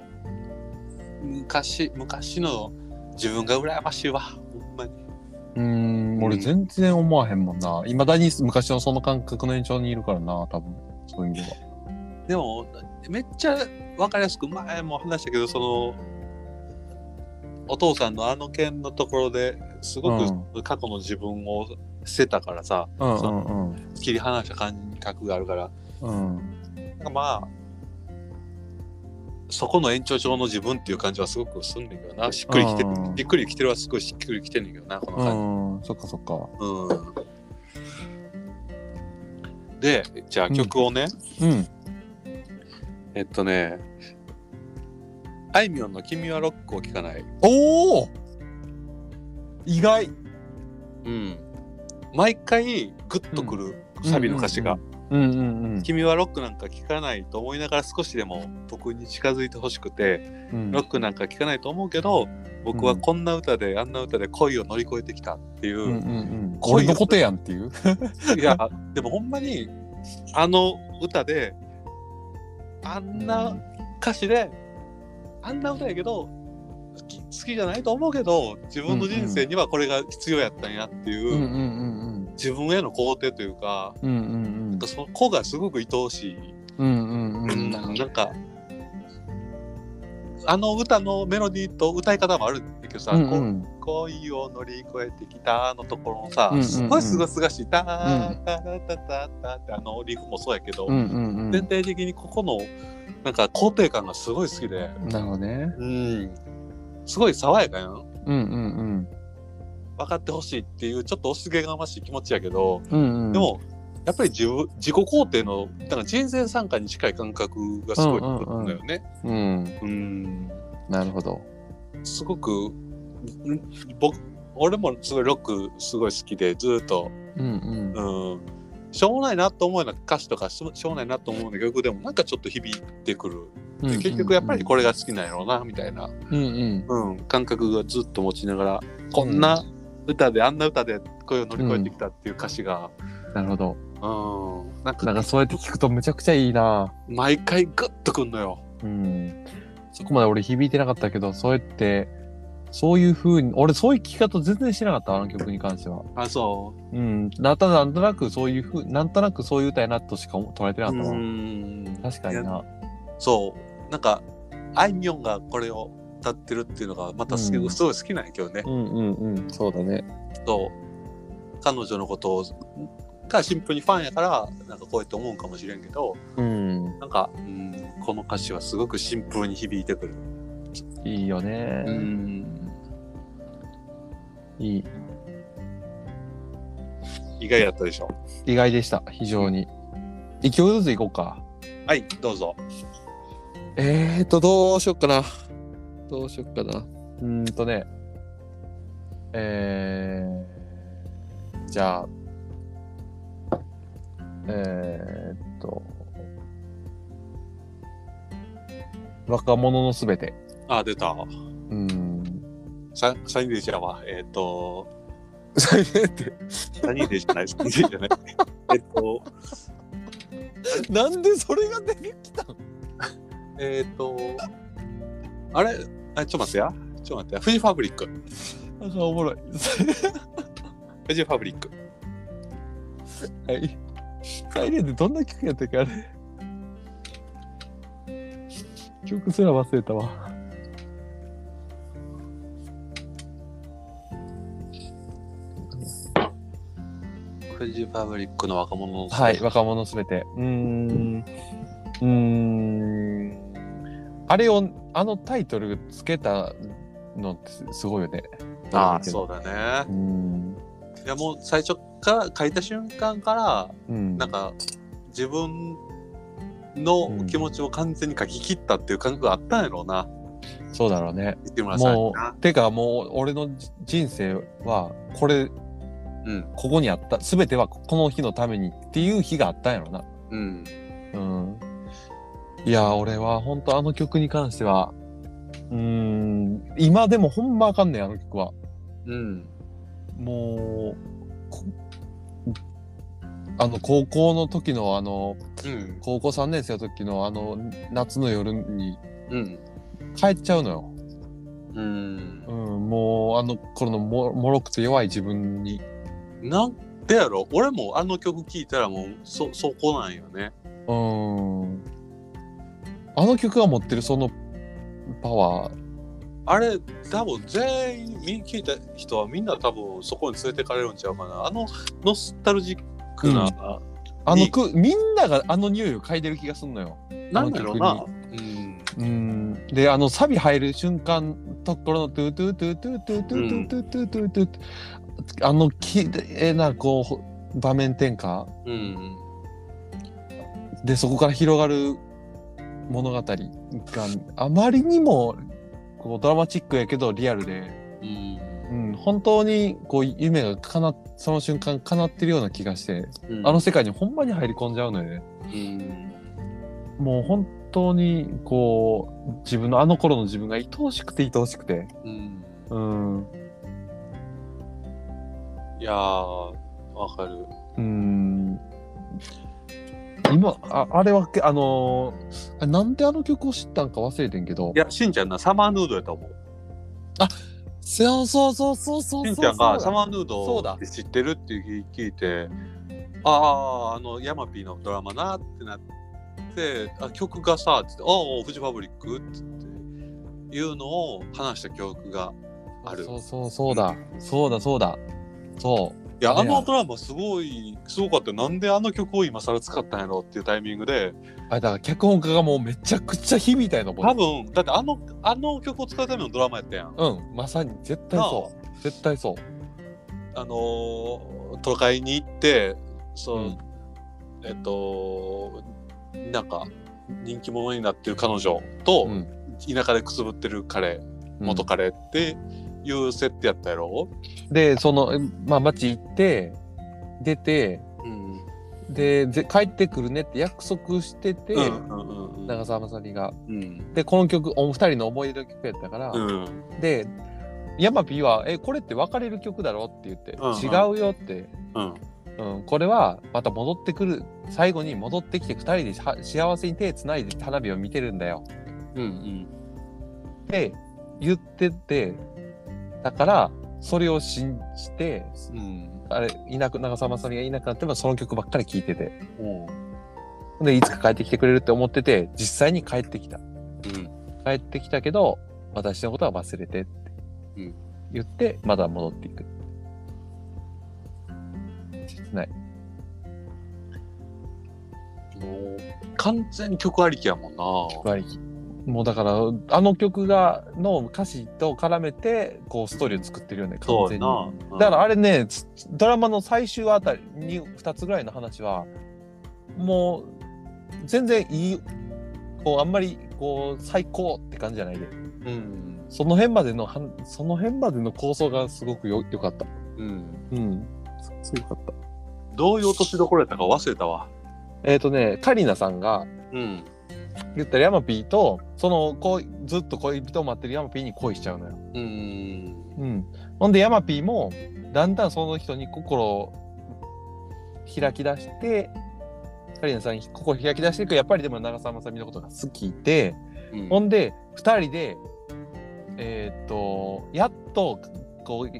Speaker 2: 昔昔の自分が羨ましいわほんまに
Speaker 1: うーん、俺全然思わへんもんな。いまだに昔のその感覚の延長にいるからな、多分。そういう意味では。
Speaker 2: でもめっちゃ分かりやすく前も話したけどそのお父さんのあの件のところですごく過去の自分を捨てたからさ、
Speaker 1: うんうん
Speaker 2: 切り離した感覚があるから
Speaker 1: うん。うん。
Speaker 2: なんかまあそこの延長上の自分っていう感じはすごくすんねんけどなしっくりきてる
Speaker 1: うん
Speaker 2: びっくりきてるはすごいしっくりきてんねんけどなこの感じ。
Speaker 1: うん。そっかそっか。
Speaker 2: うんでじゃあ曲をね、
Speaker 1: うん。
Speaker 2: えっとね、あいみょんの君はロックを聴かない。
Speaker 1: おお意外
Speaker 2: うん。毎回グッとくる、サビの歌詞が、。
Speaker 1: うんうんうん。
Speaker 2: 君はロックなんか聴かないと思いながら少しでも僕に近づいてほしくて、
Speaker 1: うん
Speaker 2: ロックなんか聴かないと思うけど、僕はこんな歌で、あんな歌で恋を乗り越えてきたっていう、
Speaker 1: うんうんうん。
Speaker 2: こういう
Speaker 1: 俺のことやんっていう。
Speaker 2: いや、でもほんまに、あの歌で、あんな歌詞で、あんな歌やけど、好き好きじゃないと思うけど、自分の人生にはこれが必要やったんやっていう、
Speaker 1: うんうんうん
Speaker 2: 自分への肯定というか、
Speaker 1: うん。うんうん
Speaker 2: その子がすごく愛おしい。
Speaker 1: うん。うんうんうん。
Speaker 2: なんか、あの歌のメロディーと歌い方もあるんだけどさ、
Speaker 1: うん
Speaker 2: こ
Speaker 1: う。
Speaker 2: うん恋を乗り越えてきたのところのさ、
Speaker 1: うんうんうん
Speaker 2: すごいすがすがしい「タータタタタタ」ってあのリフもそうやけど、
Speaker 1: うんうんう
Speaker 2: 全体的にここのなんか肯定感がすごい好きで、
Speaker 1: ん。なるほどね。
Speaker 2: うん、すごい爽やかやん
Speaker 1: うんうんうん。
Speaker 2: 分かってほしいっていうちょっと押しつけがましい気持ちやけど
Speaker 1: うんうん。
Speaker 2: でもやっぱり自分自己肯定のなんか人生参加に近い感覚がすごい
Speaker 1: うんうんうん
Speaker 2: んだよね。
Speaker 1: うん。
Speaker 2: うん
Speaker 1: なるほど。
Speaker 2: すごくん僕俺もすごいロックすごい好きでずっと
Speaker 1: うん
Speaker 2: うん、しょうもないなと思うような歌詞とかしょしょうもないなと思うような曲でもなんかちょっと響いてくる、
Speaker 1: うん
Speaker 2: で結局やっぱりこれが好きなんやろうなみたいな、
Speaker 1: うんうん
Speaker 2: うん、感覚がずっと持ちながらこんな歌であんな歌で声を乗り越えてきたっていう歌詞が、
Speaker 1: なるほど
Speaker 2: うんなん
Speaker 1: なん
Speaker 2: か
Speaker 1: かそうやって聞くとめちゃくちゃいいな
Speaker 2: 毎回グッとくんのよ。
Speaker 1: うんそこまで俺響いてなかったけどそうやってそういう風に俺そういう聞き方全然してなかったあの曲に関しては
Speaker 2: あそ
Speaker 1: うんなただなんとなくそういうふうなんとなくそういう歌やなとしか捉えてな
Speaker 2: う。
Speaker 1: かったわ、
Speaker 2: ん
Speaker 1: 確かにな
Speaker 2: そうなんかあいみょんがこれを歌ってるっていうのがまたすごい,、
Speaker 1: うん
Speaker 2: すごい好きなんやけどね。
Speaker 1: うんうんうんそうだね
Speaker 2: そう彼女のことをがシンプルにファンやからなんかこうやって思うんかもしれんけど
Speaker 1: うん
Speaker 2: なんか、うん、この歌詞はすごくシンプルに響いてくる。
Speaker 1: いいよね、
Speaker 2: ん
Speaker 1: いい
Speaker 2: 意外だったでしょ。
Speaker 1: 意外でした非常に一曲ずついこうか
Speaker 2: はいどうぞ。
Speaker 1: えーとどうしよっかなどうしよっかなうーんとねえー、じゃあえー、と若者のすべて
Speaker 2: あ出た。
Speaker 1: うーん
Speaker 2: ササニーデイちゃんはえっ、と
Speaker 1: (laughs) それって
Speaker 2: サニーデイじゃないサニーデイ (laughs) じゃない。えっと
Speaker 1: なんでそれが出てきたん
Speaker 2: えっ、とあれあちょっと待ってやちょっと待ってやフジファブリック
Speaker 1: なんかおもろい
Speaker 2: フジファブリック
Speaker 1: はいサイレンってどんな曲やったっけあれ曲すら忘れたわ
Speaker 2: フジファブリックの若者の
Speaker 1: はい、若者すべて。うーん。うーん。あれを、あのタイトルつけたのってすすごいよね。
Speaker 2: あそうだね。
Speaker 1: うーん。
Speaker 2: いやもう最初から書いた瞬間から
Speaker 1: うん。
Speaker 2: なんか自分の気持ちを完全に書き切ったっていう感覚があったんやろうな
Speaker 1: そうだろうね。
Speaker 2: 池村さんに
Speaker 1: も
Speaker 2: な
Speaker 1: う、てかもう、俺のじ人生は、これ、
Speaker 2: うん
Speaker 1: ここにあった、すべてはここの日のためにっていう日があったんやろな。
Speaker 2: うん
Speaker 1: うん。いや、俺は本当あの曲に関しては、うーん、今でもほんまあかんねん、あの曲は。
Speaker 2: うん
Speaker 1: もうこあの高校の時のあの
Speaker 2: うん
Speaker 1: 高校3年生の時のあの夏の夜に
Speaker 2: うん
Speaker 1: 帰っちゃうのよ、
Speaker 2: うん
Speaker 1: うん、もうあの頃のももろくて弱い自分に
Speaker 2: なんでやろ俺もあの曲聴いたらもうそそこなんよね
Speaker 1: うんあの曲が持ってるそのパワー
Speaker 2: あれ多分全員み聴いた人はみんな多分そこに連れてかれるんちゃうかなあのノスタルジックな、
Speaker 1: あのくみんながあの匂いを嗅いでる気がすんのよ
Speaker 2: なんだろう
Speaker 1: あ
Speaker 2: な
Speaker 1: のう
Speaker 2: うん
Speaker 1: んであのサビ入る瞬間ところのトゥトゥトゥトゥトゥトゥトゥトゥトゥトゥトゥあのきれいなこうほ場面転換
Speaker 2: うん
Speaker 1: でそこから広がる物語があまりにもこうドラマチックやけどリアルで、
Speaker 2: うん
Speaker 1: うん、本当にこう夢がかなその瞬間叶ってるような気がして
Speaker 2: うん
Speaker 1: あの世界にほんまに入り込んじゃうのよね。
Speaker 2: うん
Speaker 1: もう本当にこう自分のあの頃の自分が愛おしくて愛おしくて。
Speaker 2: う
Speaker 1: う
Speaker 2: ん
Speaker 1: ん
Speaker 2: いやーわかる
Speaker 1: うーん今ああれはけあのーあなんであの曲を知ったんか忘れてんけど
Speaker 2: いやしんちゃんなサマーヌードやと思う
Speaker 1: そうそうそうそうそ
Speaker 2: しん
Speaker 1: う
Speaker 2: ちゃんがサマー
Speaker 1: ー
Speaker 2: ヌー
Speaker 1: そ
Speaker 2: ド
Speaker 1: うだ
Speaker 2: って知ってるって聞いてあああのヤマピーのドラマなってなってあ曲がさつってああフジファブリックっつっていうのを話した記憶がある
Speaker 1: そうそうそうだそうだそうだそ
Speaker 2: いや
Speaker 1: ね
Speaker 2: あのドラマすごいすごかったよなんであの曲を今更使ったんやろっていうタイミングで
Speaker 1: うあれだから脚本家がもうめちゃくちゃ響いたようなも
Speaker 2: 多
Speaker 1: ん
Speaker 2: 分だってあのあの曲を使うためのドラマやったやん
Speaker 1: うんまさに絶対そう絶対そう
Speaker 2: あのー都会に行ってそう、
Speaker 1: うん
Speaker 2: えっとなんか人気者になってる彼女と、
Speaker 1: うん
Speaker 2: 田舎でくすぶってる彼
Speaker 1: うん
Speaker 2: 元彼っていう設定やったやろ、
Speaker 1: でそのえまあ街行って出て
Speaker 2: うん
Speaker 1: でぜ帰ってくるねって約束してて、
Speaker 2: うんうんうん
Speaker 1: 長澤まさみが。
Speaker 2: うん
Speaker 1: でこの曲お二人の思い出の曲やったから、
Speaker 2: うん
Speaker 1: で山 P は「えこれって別れる曲だろ?」って言って「
Speaker 2: うんうん
Speaker 1: 違うよ」って、
Speaker 2: うん
Speaker 1: うん「これはまた戻ってくる最後に戻ってきて二人では幸せに手つないで花火を見てるんだよ」
Speaker 2: うん
Speaker 1: って言っててだからそれを信じて
Speaker 2: うん
Speaker 1: あれいなく長澤まさみがいなくなってもその曲ばっかり聴いてて
Speaker 2: おう
Speaker 1: でいつか帰ってきてくれるって思ってて実際に帰ってきた
Speaker 2: うん
Speaker 1: 帰ってきたけど私のことは忘れてって
Speaker 2: うん
Speaker 1: 言って、まだ戻っていく切ない
Speaker 2: もう完全に曲ありきやもんな
Speaker 1: 曲ありきもうだからあの曲がの歌詞と絡めてこうストーリーを作ってるよね完
Speaker 2: そう
Speaker 1: 全
Speaker 2: や
Speaker 1: に
Speaker 2: な
Speaker 1: だからあれねつドラマの最終あたりに2つぐらいの話はもう全然いいこうあんまりこう最高って感じじゃないで
Speaker 2: うん
Speaker 1: その辺までのはんその辺までの構想がすごくよ良かった
Speaker 2: うん
Speaker 1: うんすごかった
Speaker 2: どういう落としどころやったか忘れたわ
Speaker 1: えっ、とねカリナさんが
Speaker 2: うん
Speaker 1: 言ったらヤマピーとその恋ずっと恋人を待ってるヤマピーに恋しちゃうのよ
Speaker 2: うん
Speaker 1: うんほんでヤマピーもだんだんその人に心を開き出してカリナさんに心を開き出していくやっぱりでも長澤まさみのことが好きで
Speaker 2: うん
Speaker 1: ほんで2人でえーっとやっとこう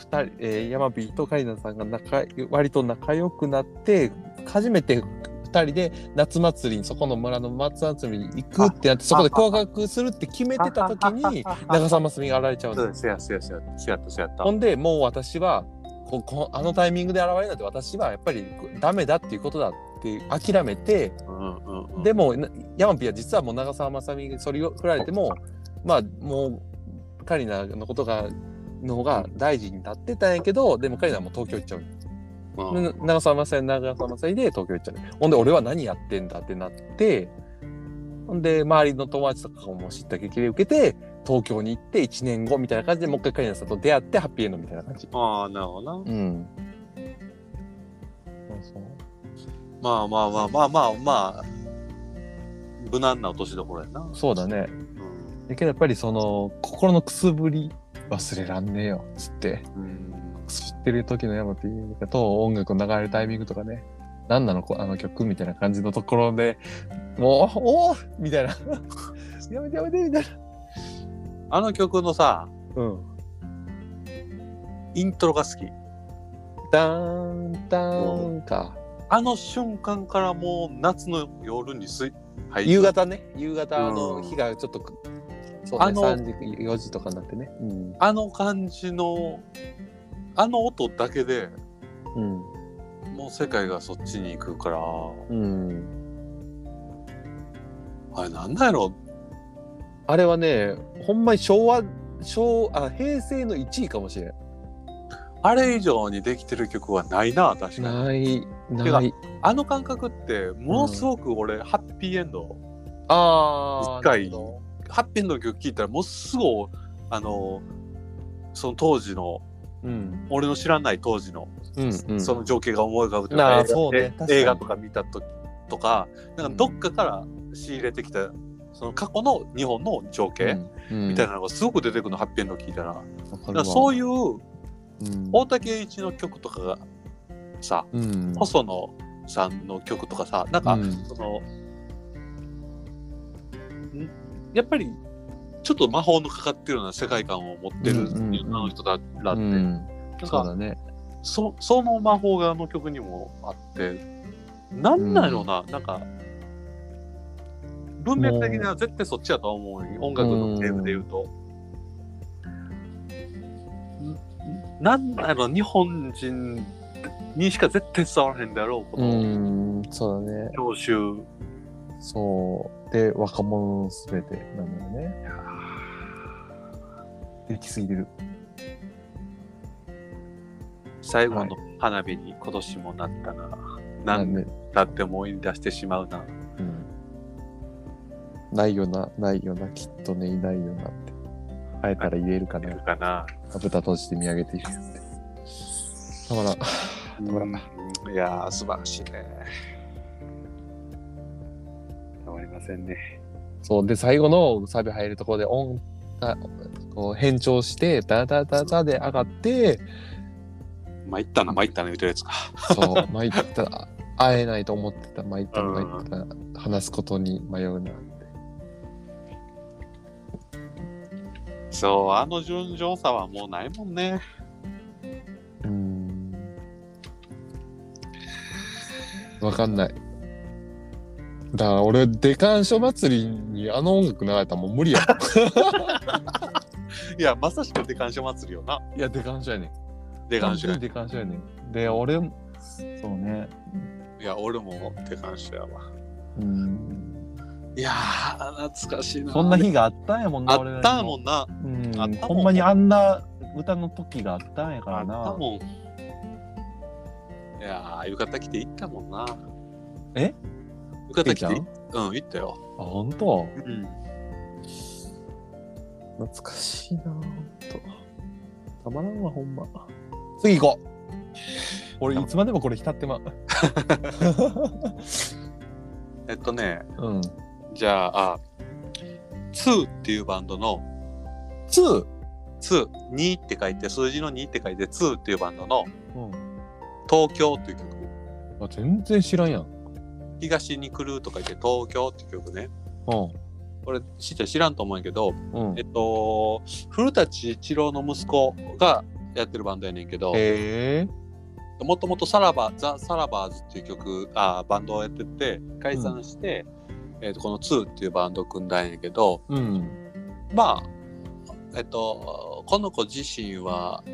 Speaker 1: 二人、えー、山火とカリナさんが仲割と仲良くなって初めて2人で夏祭りにそこの村の夏祭りに行くってなってそこで告白するって決めてた時
Speaker 2: (laughs)
Speaker 1: に長澤まさみが現れちゃう
Speaker 2: そ
Speaker 1: の
Speaker 2: うですせやせやせやせやったせやった
Speaker 1: ほんでもう私はここあのタイミングで現れるなんて私はやっぱりダメだっていうことだって諦めて
Speaker 2: うんうんうん
Speaker 1: でもなヤマピーは実はもう長澤まさみにそれを振られてもまあもうカリナのことがの方が大事になってたんやけどでもカリナはもう東京行っちゃう
Speaker 2: うん
Speaker 1: で長澤まさみ長澤まさみで東京行っちゃうほんで俺は何やってんだってなってほんで周りの友達とかも知った激励受けて東京に行って1年後みたいな感じでもう一回カリナさんと出会ってハッピーエンドみたいな感じ
Speaker 2: ああなるほ
Speaker 1: う
Speaker 2: どな
Speaker 1: んそうそう
Speaker 2: まあまあまあまあまあまあ無難な落としどころやな
Speaker 1: そうだね
Speaker 2: う
Speaker 1: だけどやっぱりその心のくすぶり忘れらんねえよっつって
Speaker 2: ん
Speaker 1: くすぶってる時の山 P と音楽の流れるタイミングとかね何なのこあの曲みたいな感じのところでもうおおみたいな (laughs) やめてやめてみたいな
Speaker 2: あの曲のさ
Speaker 1: うん
Speaker 2: イントロが好き
Speaker 1: ダーンダーンか
Speaker 2: あの瞬間からもう夏の夜にすい、はい
Speaker 1: 夕方ね夕方あ
Speaker 2: う
Speaker 1: の
Speaker 2: ん
Speaker 1: 日がちょっとくそう
Speaker 2: あ
Speaker 1: ね
Speaker 2: の
Speaker 1: 3時4時とかになってねうん
Speaker 2: あの感じのあの音だけで
Speaker 1: うん
Speaker 2: もう世界がそっちに行くから
Speaker 1: うん
Speaker 2: あれなんだろ
Speaker 1: あれはね、ほんまに昭和、昭あ平成の1位かもしれん。
Speaker 2: あれ以上にできてる曲はないな確かに
Speaker 1: ない、
Speaker 2: てか
Speaker 1: ない。
Speaker 2: あの感覚ってものすごく俺、ハッピーエンド
Speaker 1: ああ。
Speaker 2: 一回
Speaker 1: なるほ
Speaker 2: ハッピーエンドの曲聴いたらもうすぐあのその当時の
Speaker 1: どうん。
Speaker 2: 俺の知らない当時の、
Speaker 1: うん、うん。
Speaker 2: その情景が思い浮かぶと
Speaker 1: なあ
Speaker 2: か
Speaker 1: そうね確
Speaker 2: 映
Speaker 1: か
Speaker 2: 画
Speaker 1: に
Speaker 2: 映画とか見た時とかなんかどっかから仕入れてきた、その過去の日本の情景みた
Speaker 1: な。
Speaker 2: いなのがすごく出てくるの、ハッピーエンド聞いたらだか
Speaker 1: うん
Speaker 2: らそう
Speaker 1: う
Speaker 2: い
Speaker 1: ん
Speaker 2: う
Speaker 1: わ
Speaker 2: 大
Speaker 1: か
Speaker 2: 竹栄一の曲とかがさ
Speaker 1: るわ。うん。
Speaker 2: 細野さんの曲とかさなんか、
Speaker 1: うん
Speaker 2: そのんやっぱりちょっと魔法のかかってるような世界観を持ってる
Speaker 1: うんうんうん
Speaker 2: 女の人だらって、
Speaker 1: う
Speaker 2: なん
Speaker 1: ん。そう
Speaker 2: か
Speaker 1: だね。
Speaker 2: そその魔法があの曲にもあってなんなんやろうな、なんか文脈的には絶対そっちやとは思うよ音楽のゲームで言うと。んなんなんやろ日本人にしか絶対伝わらへんだろう
Speaker 1: う
Speaker 2: この
Speaker 1: ん、そうだね。
Speaker 2: 教習
Speaker 1: そう。で、若者のすべてなのよね。できすぎてる。
Speaker 2: 最後の花火に今年もなったな、なん
Speaker 1: で。
Speaker 2: だって思い出してしまうな
Speaker 1: うん。ないよな、ないよな、きっとね、いないよなって。会えたら言えるか
Speaker 2: い
Speaker 1: な
Speaker 2: る。かな
Speaker 1: まぶた閉じて見上げているって。たまらん。
Speaker 2: だから、いやー素晴らしいね。
Speaker 3: たまりませんね。
Speaker 1: そうで最後のサビ入るところで音がこう変調してダダダダで上がって
Speaker 2: 参ったな、参ったな、言うてるやつか。
Speaker 1: そう参った会えないと思ってた参った参った話すことに迷うな
Speaker 2: そう、あの純情さはもうないもんね。
Speaker 1: うんわかんないだから俺デカンショ祭りにあの音楽流れたらもう無理や
Speaker 2: いや、まさしくデカンショ祭りよな。
Speaker 1: (laughs) いやデカンショやねん
Speaker 2: デカンショや。
Speaker 1: デカンショやねんで俺そうね
Speaker 2: いや、俺もデカンショやわ。
Speaker 1: うん
Speaker 2: いやー、懐かしいな。
Speaker 1: そんな日があったんやもんな
Speaker 2: あ
Speaker 1: 俺ら
Speaker 2: っ
Speaker 1: にも
Speaker 2: たもんな。
Speaker 1: うん
Speaker 2: あったもん
Speaker 1: ほんまにあんな歌の時があったんやか
Speaker 2: あ
Speaker 1: ら
Speaker 2: っ
Speaker 1: な。
Speaker 2: たもん。いやー、浴衣着て行ったもんな。
Speaker 1: え
Speaker 2: 浴
Speaker 1: てい
Speaker 2: 衣
Speaker 1: ちゃん
Speaker 2: 着てうん、行ったよ。
Speaker 1: あ、ほんと
Speaker 2: うん。
Speaker 1: 懐かしいなほんと。たまらんわ、ほんま。次行こう俺、いつまでもこれ浸ってまう。
Speaker 2: えっとね、
Speaker 1: うん。
Speaker 2: じゃあ、あ2っていうバンドの、
Speaker 1: 2!
Speaker 2: 2、2って書いて、数字の2って書いて、2っていうバンドの、
Speaker 1: うん。
Speaker 2: 東京っていう曲。
Speaker 1: あ、全然知らんやん。うん。
Speaker 2: 東に来るとか言って、東京っていう曲ね。これ、しーちゃん知らんと思うんやけど、
Speaker 1: うん
Speaker 2: え。っと、古舘一郎の息子がやってるバンドやねんけど、
Speaker 1: へえ。
Speaker 2: もともとサラバ、ザ・サラバーズっていう曲、あバンドをやってて、解散して、えっとこの2っていうバンドを組んだんやけど、
Speaker 1: うん。
Speaker 2: まあ、えっと、この子自身は、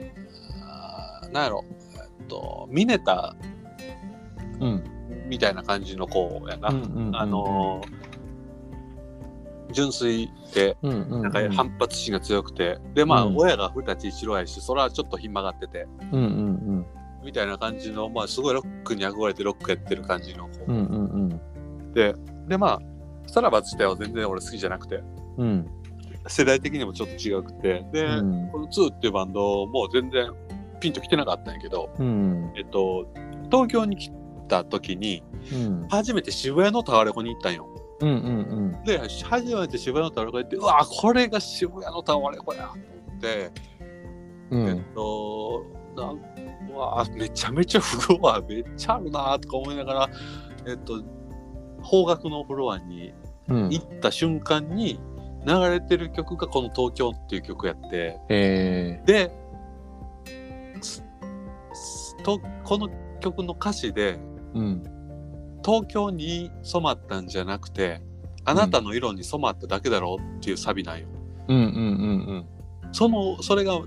Speaker 2: あーなんやろ、えっと、ミネタ
Speaker 1: うん。
Speaker 2: みたいな感じの子やな。
Speaker 1: うんうんうん
Speaker 2: あのー純粋で、
Speaker 1: うんうん。
Speaker 2: なんか反発心が強くて、で、まあ、
Speaker 1: うん
Speaker 2: 親が古舘一郎やし、それはちょっとひん曲がってて、
Speaker 1: うんうん
Speaker 2: みたいな感じの、まあ、すごいロックに憧れてロックやってる感じの子。
Speaker 1: うん。うんうん
Speaker 2: で、で、まあ、さらば自体は全然俺好きじゃなくて、
Speaker 1: うん。うん。
Speaker 2: 世代的にもちょっと違くて、で、
Speaker 1: うん
Speaker 2: この2っていうバンドも全然ピンと来てなかったんやけど、
Speaker 1: うん。
Speaker 2: えっと、東京に来た時に、
Speaker 1: うん。
Speaker 2: 初めて渋谷のタワレコに行ったんよ。
Speaker 1: うんうん
Speaker 2: で、初めて渋谷のタワレコ行って、うわ、これが渋谷のタワレコやと思って、
Speaker 1: うん。う
Speaker 2: え
Speaker 1: ん。
Speaker 2: っと、なんうわめちゃめちゃフロアめっちゃあるなとか思いながら、えっと、方角のフロアに
Speaker 1: うん。
Speaker 2: 行った瞬間に流れてる曲がこの「東京」っていう曲やって
Speaker 1: へ
Speaker 2: ですすとこの曲の歌詞で
Speaker 1: え。うん。
Speaker 2: 「東京に染まったんじゃなくてあなたの色に染まっただけだろ」っていうサビなんよ。
Speaker 1: うんうんうん
Speaker 2: そのそれが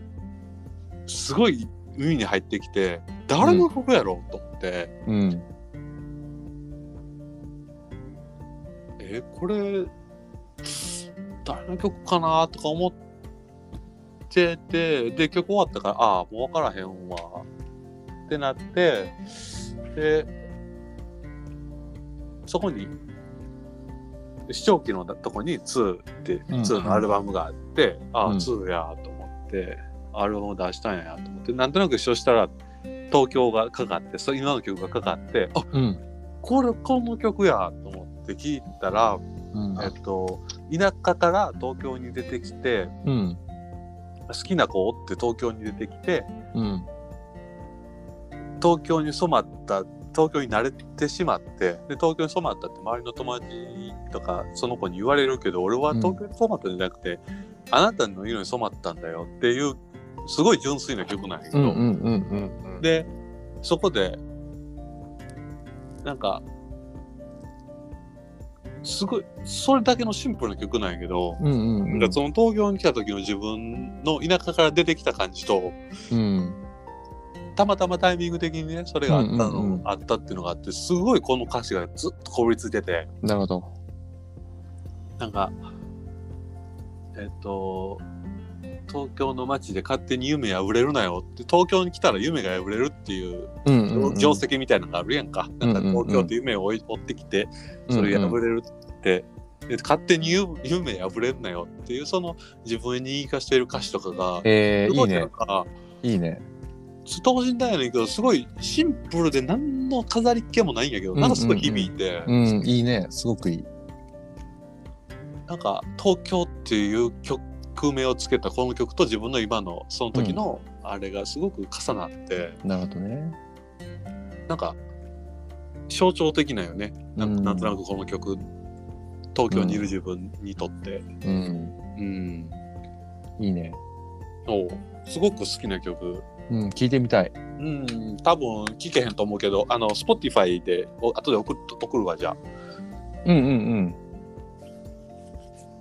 Speaker 2: すごい耳に入ってきて誰の曲やろうと思って、
Speaker 1: うん。うん。
Speaker 2: えこれ誰の曲かなとか思っててで曲終わったからああもう分からへんわってなってでそこに視聴器のとこに2って、
Speaker 1: うん
Speaker 2: 2のアルバムがあって、ああ
Speaker 1: うん
Speaker 2: 2やと思ってアルバムを出したんやと思ってなんとなく視聴したら東京がかかってそう今の曲がかかってあ
Speaker 1: うん。
Speaker 2: これこの曲やと思って聞いたら
Speaker 1: うん
Speaker 2: えっと、田舎から東京に出てきて
Speaker 1: うん。
Speaker 2: 好きな子を追って東京に出てきて
Speaker 1: うん。
Speaker 2: 東京に染まった東京に慣れてしまってで東京に染まったって周りの友達とかその子に言われるけど俺は東京に染まったんじゃなくて、あなたの色に染まったんだよっていうすごい純粋な曲なんやけ
Speaker 1: う
Speaker 2: ど、
Speaker 1: んうんうんうん。
Speaker 2: でそこでなんかすごいそれだけのシンプルな曲なんやけど、
Speaker 1: うんうんうん。
Speaker 2: なんかその東京に来た時の自分の田舎から出てきた感じと
Speaker 1: うん。
Speaker 2: たまたまタイミング的にねそれがあったの、
Speaker 1: うんうんうん
Speaker 2: あったっていうのがあってすごいこの歌詞がずっとこびりついてて
Speaker 1: なるほど。
Speaker 2: なんかえっと東京の街で勝手に夢破れるなよって東京に来たら夢が破れるっていう
Speaker 1: うんうんうん。
Speaker 2: 定石みたいなのがあるやんか、なんか東京って夢を追い追ってきてそれ破れるって、で勝手に夢夢破れんなよっていうその自分に言い聞かしている歌詞とかが
Speaker 1: えー、いい
Speaker 2: な
Speaker 1: ね
Speaker 2: ん。か
Speaker 1: いいね。
Speaker 2: 等身大やねんけどすごいシンプルで何の飾りっ気もないんやけどなんかすごい響いて、
Speaker 1: うん、いいね。すごくいい。
Speaker 2: なんか「東京」っていう曲名をつけたこの曲と自分の今のその時のあれがすごく重なって、
Speaker 1: なるほどね。
Speaker 2: なんか象徴的なよねなんか
Speaker 1: うん
Speaker 2: なんとなくこの曲、東京にいる自分にとって、
Speaker 1: うん、
Speaker 2: うん
Speaker 1: いいね。
Speaker 2: おすごく好きな曲。
Speaker 1: うん、聞いてみたい。
Speaker 2: うん、多分聞けへんと思うけど、あの、Spotify で、お後で送っ送るわ、じゃあ。
Speaker 1: うんうん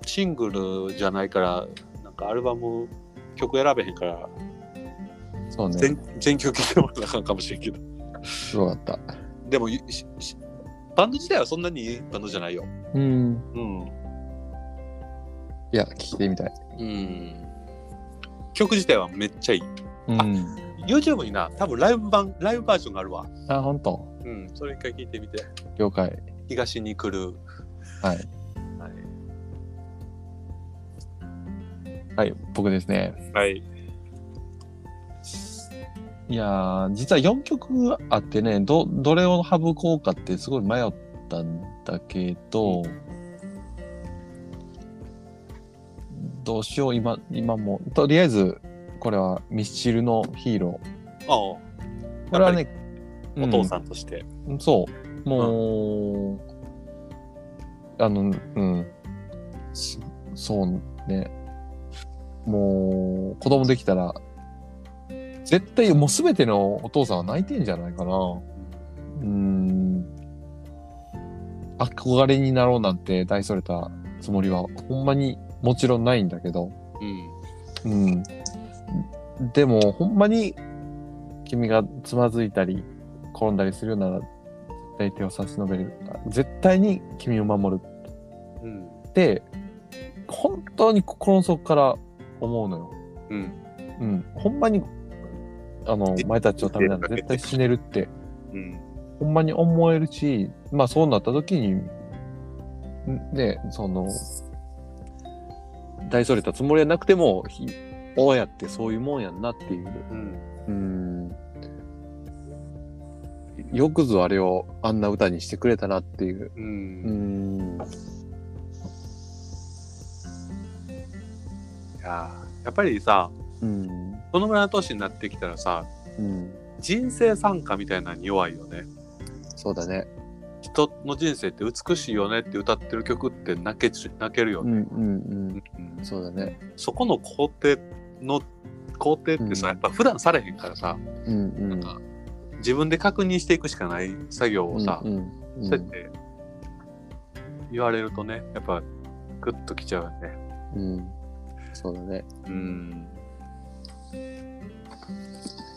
Speaker 2: シングルじゃないから、なんかアルバム、曲選べへんから、
Speaker 1: うん。そうね。
Speaker 2: 全全曲聴いてもらわなあかんかもしれんけど。
Speaker 1: すごかった。
Speaker 2: でも、ゆししバンド自体はそんなにいいバンドじゃないよ。
Speaker 1: うん。
Speaker 2: うん。
Speaker 1: いや、聞いてみたい。
Speaker 2: うん。曲自体はめっちゃいい。
Speaker 1: うん。
Speaker 2: YouTube にな、多分ライブ版、ライブバージョンがあるわ。
Speaker 1: あ、本当。
Speaker 2: うん、それ一回聞いてみて。
Speaker 1: 了解。
Speaker 2: 東に来る。
Speaker 1: はい。
Speaker 2: はい。
Speaker 1: はい、僕ですね。
Speaker 2: はい。
Speaker 1: いやー、実は4曲あってね、ど、どれを省こうかってすごい迷ったんだけど、どうしよう、今、今も。とりあえず、これはミスチルのヒーロ
Speaker 2: ああ、
Speaker 1: ー。これはね、
Speaker 2: お父
Speaker 1: ん
Speaker 2: さんとして。
Speaker 1: うん。そう。もう、あの、うん。すそうね。もう、子供できたら、絶対もうすべてのお父さんは泣いてんじゃないかな。うーん憧れになろうなんて大それたつもりはほんまにもちろんないんだけど、
Speaker 2: うん。
Speaker 1: うん、でもほんまに君がつまずいたり転んだりするなら絶対手を差し伸べる絶対に君を守る
Speaker 2: うん。
Speaker 1: って本当に心の底から思うのよ、
Speaker 2: うん。
Speaker 1: うん、ほんまにあのお前たちのためなんて絶対死ねるって
Speaker 2: うん。
Speaker 1: ほんまに思えるし、まあそうなった時に、んね、その、大それたつもりはなくても、ひ親ってそういうもんやんなっていう。
Speaker 2: うん。
Speaker 1: うん。よくぞあれをあんな歌にしてくれたなっていう。う
Speaker 2: う。
Speaker 1: んん。
Speaker 2: いやーやっぱりさ、
Speaker 1: うん。
Speaker 2: このぐらいの年になってきたらさ、
Speaker 1: うん。
Speaker 2: 人生参加みたいなのに弱いよね。
Speaker 1: そうだね。
Speaker 2: 人の人生って美しいよねって歌ってる曲って泣けち泣けるよ
Speaker 1: う
Speaker 2: ね。
Speaker 1: んうんうん。
Speaker 2: うん
Speaker 1: そうだね。
Speaker 2: そこの工程の工程ってさ、
Speaker 1: うん
Speaker 2: やっぱ普段されへんからさ、
Speaker 1: うんうん。
Speaker 2: なんか自分で確認していくしかない作業をさ、
Speaker 1: うんうん
Speaker 2: そうやって言われるとね、やっぱグッときちゃうよね。
Speaker 1: うん。うんそうだね。
Speaker 2: うん。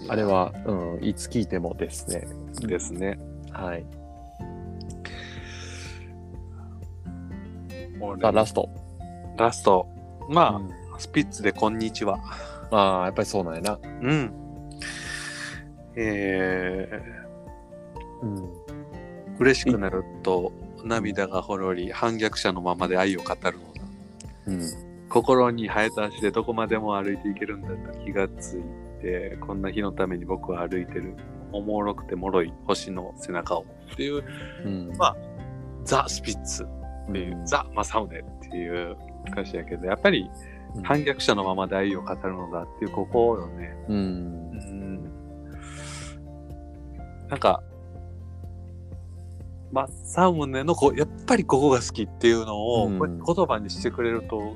Speaker 1: あれは、うん、いつ聞いてもですね。
Speaker 2: ですね。
Speaker 1: はい。
Speaker 2: 俺
Speaker 1: さあ、ラスト。
Speaker 2: ラスト。まあ、
Speaker 1: うん
Speaker 2: スピッツでこんにちは。
Speaker 1: まあ、やっぱりそうなんやな。
Speaker 2: うん。え
Speaker 1: うん。
Speaker 2: ー、嬉しくなると涙がほろり、反逆者のままで愛を語るのだ。
Speaker 1: うん。
Speaker 2: 心に生えた足でどこまでも歩いていけるんだと気がついて、こんな日のために僕は歩いてる。おもろくてもろい星の背中を。っていう、
Speaker 1: うん。
Speaker 2: まあザ・スピッツっていう、
Speaker 1: うん
Speaker 2: ザ・マサウネっていう歌詞やけど、やっぱり
Speaker 1: うん
Speaker 2: 反逆者のままで愛を語るのだっていうここよね。
Speaker 1: うん。
Speaker 2: なんか、まあ、サウネのこう、やっぱりここが好きっていうのを、
Speaker 1: うん
Speaker 2: こうやって言葉にしてくれると、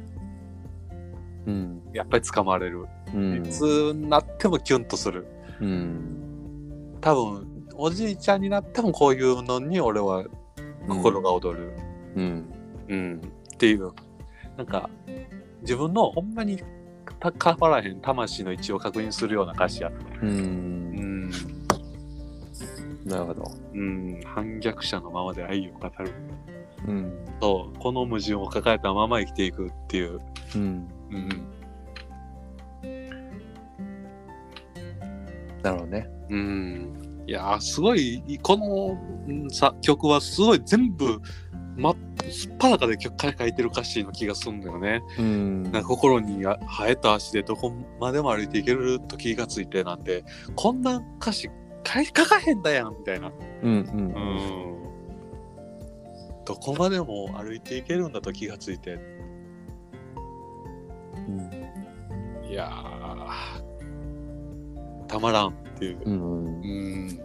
Speaker 1: うん。
Speaker 2: やっぱり掴まれる。
Speaker 1: うん
Speaker 2: いつになってもキュンとする。
Speaker 1: うん。
Speaker 2: 多分、おじいちゃんになってもこういうのに俺は心が踊る。
Speaker 1: うん。
Speaker 2: うん。っていう、なんか、自分のほんまにた変わらへん魂の位置を確認するような歌詞や。
Speaker 1: う。
Speaker 2: うんん。
Speaker 1: なるほど。
Speaker 2: うん。反逆者のままで愛を語る。
Speaker 1: うん。
Speaker 2: そうこの矛盾を抱えたまま生きていくっていう、
Speaker 1: うん。
Speaker 2: うん
Speaker 1: なるほどね。
Speaker 2: うん、いやーすごいこのうんさ曲はすごい全部すっぱらかで曲から書いてる歌詞の気がするんだよね。
Speaker 1: うん
Speaker 2: なんか心にあ生えた足でどこまでも歩いていけると気がついてなんてこんな歌詞書書かへんだやんみたいな。
Speaker 1: うん
Speaker 2: う
Speaker 1: うん
Speaker 2: んどこまでも歩いていけるんだと気がついていやーたまらんっていう。
Speaker 1: うん
Speaker 2: う、ん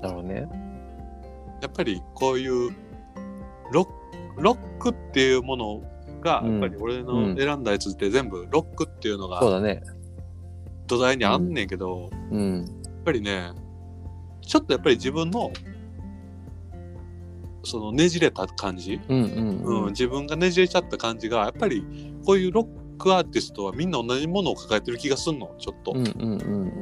Speaker 1: なるほどね。
Speaker 2: やっぱりこういうロックロックっていうものが
Speaker 1: うん
Speaker 2: やっぱり俺
Speaker 1: う
Speaker 2: の
Speaker 1: ん
Speaker 2: 選んだやつって全部ロックっていうの
Speaker 1: そうだ
Speaker 2: が
Speaker 1: ね。
Speaker 2: 土台にあんねんけど、や
Speaker 1: うん。
Speaker 2: っぱりねちょっとやっぱり自分のそのねじれた感じ、
Speaker 1: うんうん
Speaker 2: うん
Speaker 1: うん。
Speaker 2: 自分がねじれちゃった感じがやっぱりこういうロックアーティストはみんな同じものを抱えてる気がすんのちょっと、
Speaker 1: うんうんうん。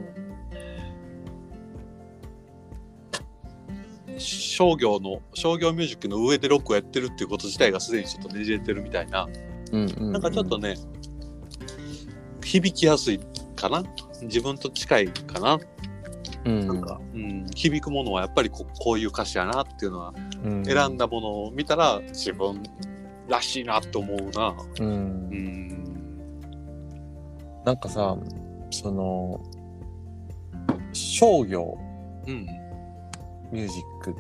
Speaker 2: 商業の商業ミュージックの上でロックをやってるっていうこと自体がすでにちょっとねじれてるみたいな
Speaker 1: うんうん。
Speaker 2: なんかちょっとね、響きやすいかな自分と近いかな、
Speaker 1: うん、
Speaker 2: なんか、うん、響くものはやっぱりここういう歌詞やなっていうのは、
Speaker 1: うん
Speaker 2: 選んだものを見たら自分らしいなと思うな。
Speaker 1: うん
Speaker 2: う。ん。
Speaker 1: なんかさ、その、商業
Speaker 2: うん。
Speaker 1: ミュージック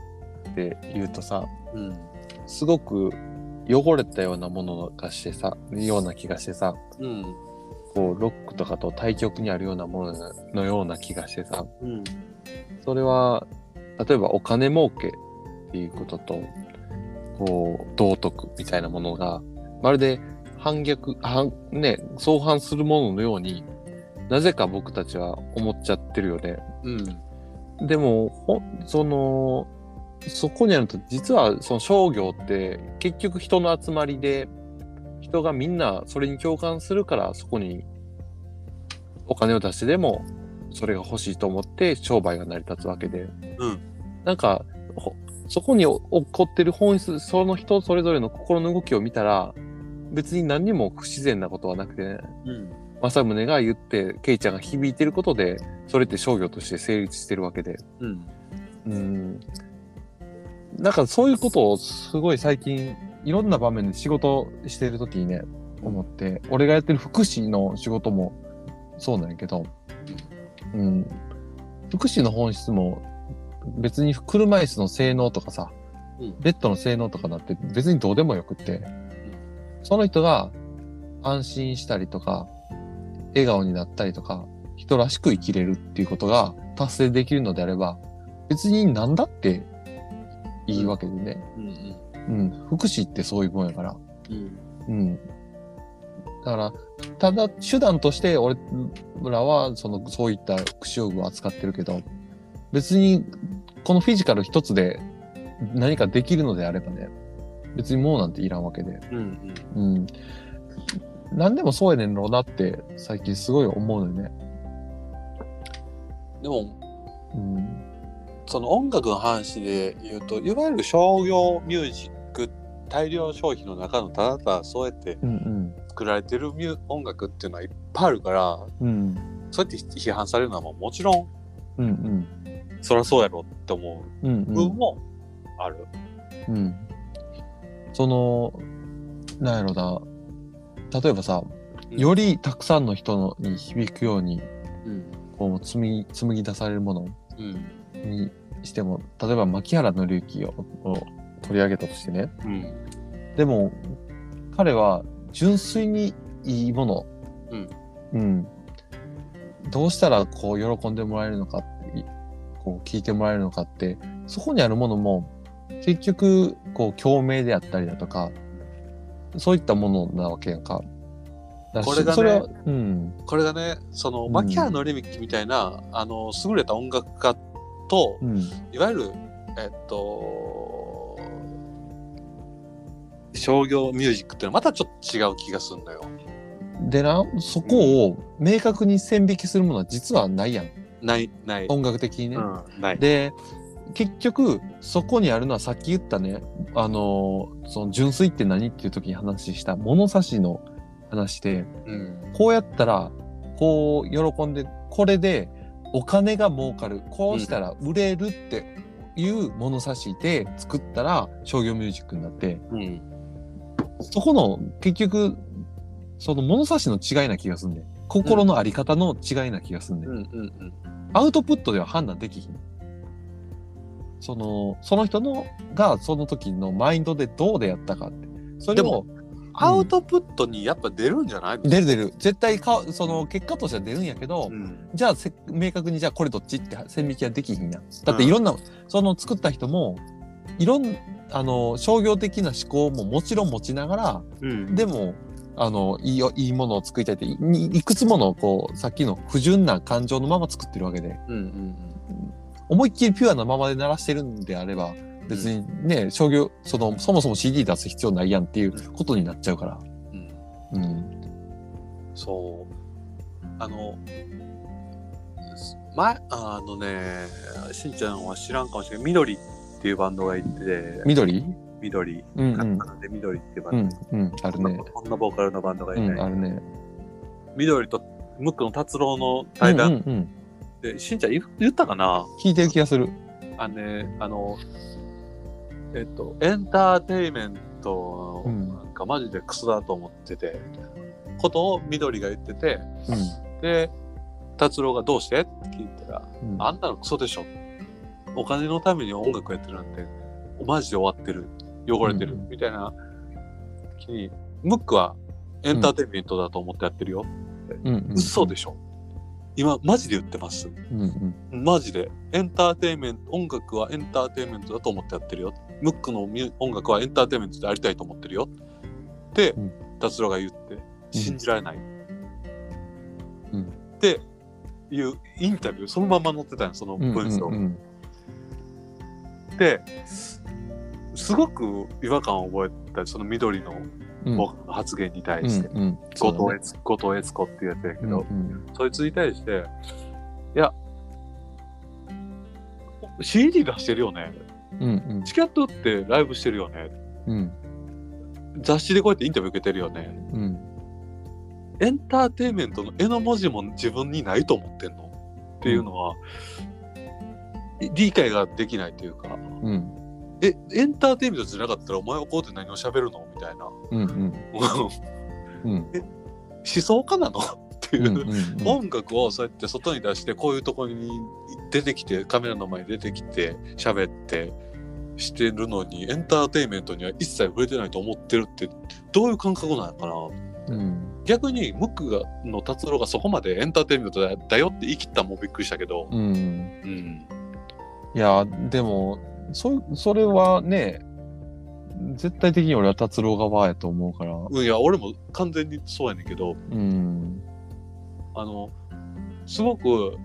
Speaker 1: って言うとさ、
Speaker 2: うん。
Speaker 1: すごく汚れたようなものがしてさ、ような気がしてさ、
Speaker 2: うん。
Speaker 1: こう、ロックとかと対極にあるようなもののような気がしてさ、
Speaker 2: うん。
Speaker 1: それは、例えばお金儲けっていうことと、こう、道徳みたいなものが、まるで反逆、反、ね、相反するもののように、なぜか僕たちは思っちゃってるよね。
Speaker 2: うん。
Speaker 1: でも、ほその、そこにあると、実はその商業って結局人の集まりで、人がみんなそれに共感するから、そこにお金を出してでも、それが欲しいと思って商売が成り立つわけで。
Speaker 2: うん
Speaker 1: なんか、ほそこにお起こってる本質、その人それぞれの心の動きを見たら、別に何にも不自然なことはなくて、
Speaker 2: うん。
Speaker 1: 正宗が言って、ケイちゃんが響いてることで、それって商業として成立してるわけで。
Speaker 2: うん。
Speaker 1: うんなんかそういうことをすごい最近いろんな場面で仕事してる時にね思って俺がやってる福祉の仕事もそうなんやけど、うん、福祉の本質も別に車椅子の性能とかさ、
Speaker 2: うん
Speaker 1: ベッドの性能とかだって別にどうでもよくってその人が安心したりとか笑顔になったりとか人らしく生きれるっていうことが達成できるのであれば別に何だっていいわけでね、
Speaker 2: うん。
Speaker 1: うん、福祉ってそういうもんやから、
Speaker 2: うん。
Speaker 1: うん。だから、ただ手段として俺らはそのそういった福祉用具を扱ってるけど、別にこのフィジカル一つで何かできるのであればね、別にもうなんていらんわけで、
Speaker 2: うん。
Speaker 1: うん。何でもそうやねんろうなって最近すごい思うのよね。
Speaker 2: でも、
Speaker 1: うん。
Speaker 2: その音楽の話で言うと、いわゆる商業ミュージック、大量消費の中のただただそうやって
Speaker 1: うん
Speaker 2: 作られてるミュ音楽っていうのはいっぱいあるから
Speaker 1: うん。うん。
Speaker 2: そうやって批判されるのはもうもちろん
Speaker 1: うんうん。
Speaker 2: そりゃそうやろって思う
Speaker 1: うん
Speaker 2: 部
Speaker 1: うん
Speaker 2: 分。もある。
Speaker 1: うん。その、なんやろな。例えばさ、
Speaker 2: うん
Speaker 1: よりたくさんの人のに響くように、
Speaker 2: うん
Speaker 1: こう、積み、紡ぎ出されるもの
Speaker 2: うん
Speaker 1: にしても、例えば、牧原紀之をを取り上げたとしてね。
Speaker 2: うん
Speaker 1: でも、彼は、純粋にいいもの。
Speaker 2: うん。
Speaker 1: うん。どうしたら、こう、喜んでもらえるのかって、いこう、聞いてもらえるのかって、そこにあるものも、結局、こう、共鳴であったりだとか、そういったものなわけやんか。だし
Speaker 2: これがね
Speaker 1: それは、うん。
Speaker 2: これがねその
Speaker 1: うん
Speaker 2: 牧原紀之みたいなあの優れた音楽家と
Speaker 1: うん。
Speaker 2: いわゆるえっと商業ミュージックってのはまたちょっと違う気がするんだよ。
Speaker 1: でな、そこを明確に線引きするものは実はないやん。
Speaker 2: ないない。
Speaker 1: 音楽的にね。
Speaker 2: うん、ない。
Speaker 1: で結局そこにあるのはさっき言ったねあのーその純粋って何っていう時に話した物差しの話で
Speaker 2: うん
Speaker 1: こうやったらこう喜んでこれでお金が儲かるこうしたら売れるっていう物差しで作ったら商業ミュージックになって
Speaker 2: うん。
Speaker 1: そこの結局その物差しの違いな気がすんで心のあり方の違いな気がすんで、
Speaker 2: うんうん
Speaker 1: アウトプットでは判断できひん。その、その人のがその時のマインドでどうでやったかって。それ
Speaker 2: で
Speaker 1: も、
Speaker 2: うん。アウトプットにやっぱ出るんじゃない、
Speaker 1: 出る出る。絶対か、その結果としては出るんやけど、
Speaker 3: うん
Speaker 1: じゃあせ明確にじゃあこれどっちって線引きはできひんやん。だって
Speaker 2: うん
Speaker 1: いろんな、その作った人も、いろん、あの、商業的な思考ももちろん持ちながら、
Speaker 3: うん
Speaker 1: でも、あの、いいよ、いいものを作りたいって、いいくつもの、こう、さっきの不純な感情のまま作ってるわけで。
Speaker 2: うんうん
Speaker 1: 思いっきりピュアなままで鳴らしてるんであれば別にね、商業そのそもそも CD 出す必要ないやんっていうことになっちゃうから、
Speaker 2: うんうん。
Speaker 1: うん、
Speaker 2: そう。あの、前、あのね、しんちゃんは知らんかもしれない。緑っていうバンドがいて、
Speaker 1: 緑
Speaker 2: 緑、
Speaker 1: うん
Speaker 2: カ
Speaker 1: う
Speaker 2: タ
Speaker 1: ん
Speaker 2: カナで緑っていうバ
Speaker 1: う
Speaker 2: ン
Speaker 1: んうんある
Speaker 2: ド。
Speaker 1: ね
Speaker 2: こんなボーカルのバンドがいて、
Speaker 1: うんあるね
Speaker 2: 緑とムックの達郎の
Speaker 1: うん
Speaker 2: 対
Speaker 1: うん
Speaker 2: 談
Speaker 1: うん
Speaker 2: で、しんちゃん言言ったかな
Speaker 1: 聞いてる気がする
Speaker 2: あのね、あの、えっと、エンターテイメント
Speaker 1: うん
Speaker 2: なんかマジでクソだと思ってて、ことを緑が言ってて、
Speaker 1: う
Speaker 2: で、達郎がどうしてって聞いたら、
Speaker 1: んうん
Speaker 2: あんなのクソでしょ。お金のために音楽やってるなんて、マジで終わってる。汚れてる。
Speaker 1: うん
Speaker 2: みたいな気に、ムックはエンターテイメントだと思ってやってるよ。
Speaker 1: うんうん
Speaker 2: 嘘でしょ。今、マジで言ってます。
Speaker 1: うんうん
Speaker 2: マジでエンターテインメント音楽はエンターテインメントだと思ってやってるよムックのミュ音楽はエンターテインメントでありたいと思ってるよって
Speaker 1: うん
Speaker 2: 達郎が言って信じられない、
Speaker 1: うん
Speaker 2: っていうインタビューそのまま載ってたよその
Speaker 1: うんうん
Speaker 2: 文章、
Speaker 1: うん
Speaker 2: ですごく違和感を覚えたその緑の
Speaker 1: うん
Speaker 2: 僕の発言に対
Speaker 1: うん
Speaker 2: して、
Speaker 1: うんそう
Speaker 2: 後
Speaker 1: だ
Speaker 2: 藤
Speaker 1: ね
Speaker 2: 悦後藤悦子っていうやつやけ
Speaker 1: うん
Speaker 2: ど、
Speaker 1: うん
Speaker 2: そいつに対して、いや、CD 出してるよね。
Speaker 1: うん
Speaker 2: チケットってライブしてるよね。
Speaker 1: うん
Speaker 2: 雑誌でこうやってインタビュー受けてるよね。
Speaker 1: うん
Speaker 2: エンターテインメントの絵の文字も自分にないと思ってんのっていうのは、い理解ができないというか、
Speaker 1: うん
Speaker 2: え、エンターテインメントじゃなかったらお前はこうって何を喋るのみたいな。 (laughs)
Speaker 1: うんうん
Speaker 2: 思
Speaker 1: うん
Speaker 2: 想家なのっていう。
Speaker 1: うんうんうん
Speaker 2: 音楽をそうやって外に出してこういうところに出てきてカメラの前に出てきて喋ってしてるのにエンターテインメントには一切触れてないと思ってるってどういう感覚なのかな
Speaker 1: うん
Speaker 2: 逆にムックがの達郎がそこまでエンターテインメントだだよって言い切ったのもびっくりしたけど、
Speaker 1: うん
Speaker 2: うん
Speaker 1: いや、でも、そ、それはね、絶対的に俺は達郎側やと思うから。
Speaker 2: うんいや俺も完全にそうやねんけど
Speaker 1: うん。
Speaker 2: あのすごく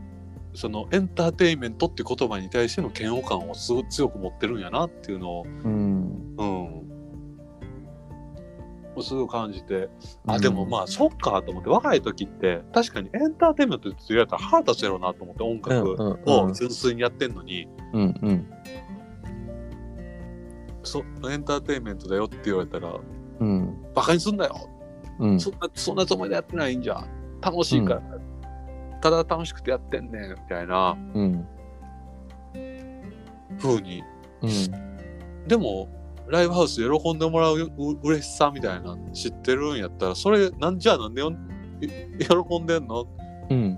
Speaker 2: そのエンターテインメントって言葉に対しての嫌悪感をすご強く持ってるんやなっていうのを
Speaker 1: うん。
Speaker 2: うん。すごい感じて、あ、
Speaker 1: うん
Speaker 2: でもまあ、そっかと思って、若い時って、確かにエンターテインメントって言われたら腹立つやろうなと思って、音
Speaker 1: うん
Speaker 2: 楽
Speaker 1: うんう
Speaker 2: を
Speaker 1: ん
Speaker 2: 純粋にやってんのに、
Speaker 1: うんうん
Speaker 2: そエンターテインメントだよって言われたら、
Speaker 1: うん
Speaker 2: バカにすんなよ、
Speaker 1: うん
Speaker 2: そんなそんなつもりでやってないんじゃん楽しいから、ただ楽しくてやってんねん、みたいな
Speaker 1: うん
Speaker 2: 風に。
Speaker 1: うん
Speaker 2: でも、ライブハウスで喜んでもらうう嬉しさみたいなの知ってるんやったら、それ、なんじゃあなんでよん喜んでんの
Speaker 1: うん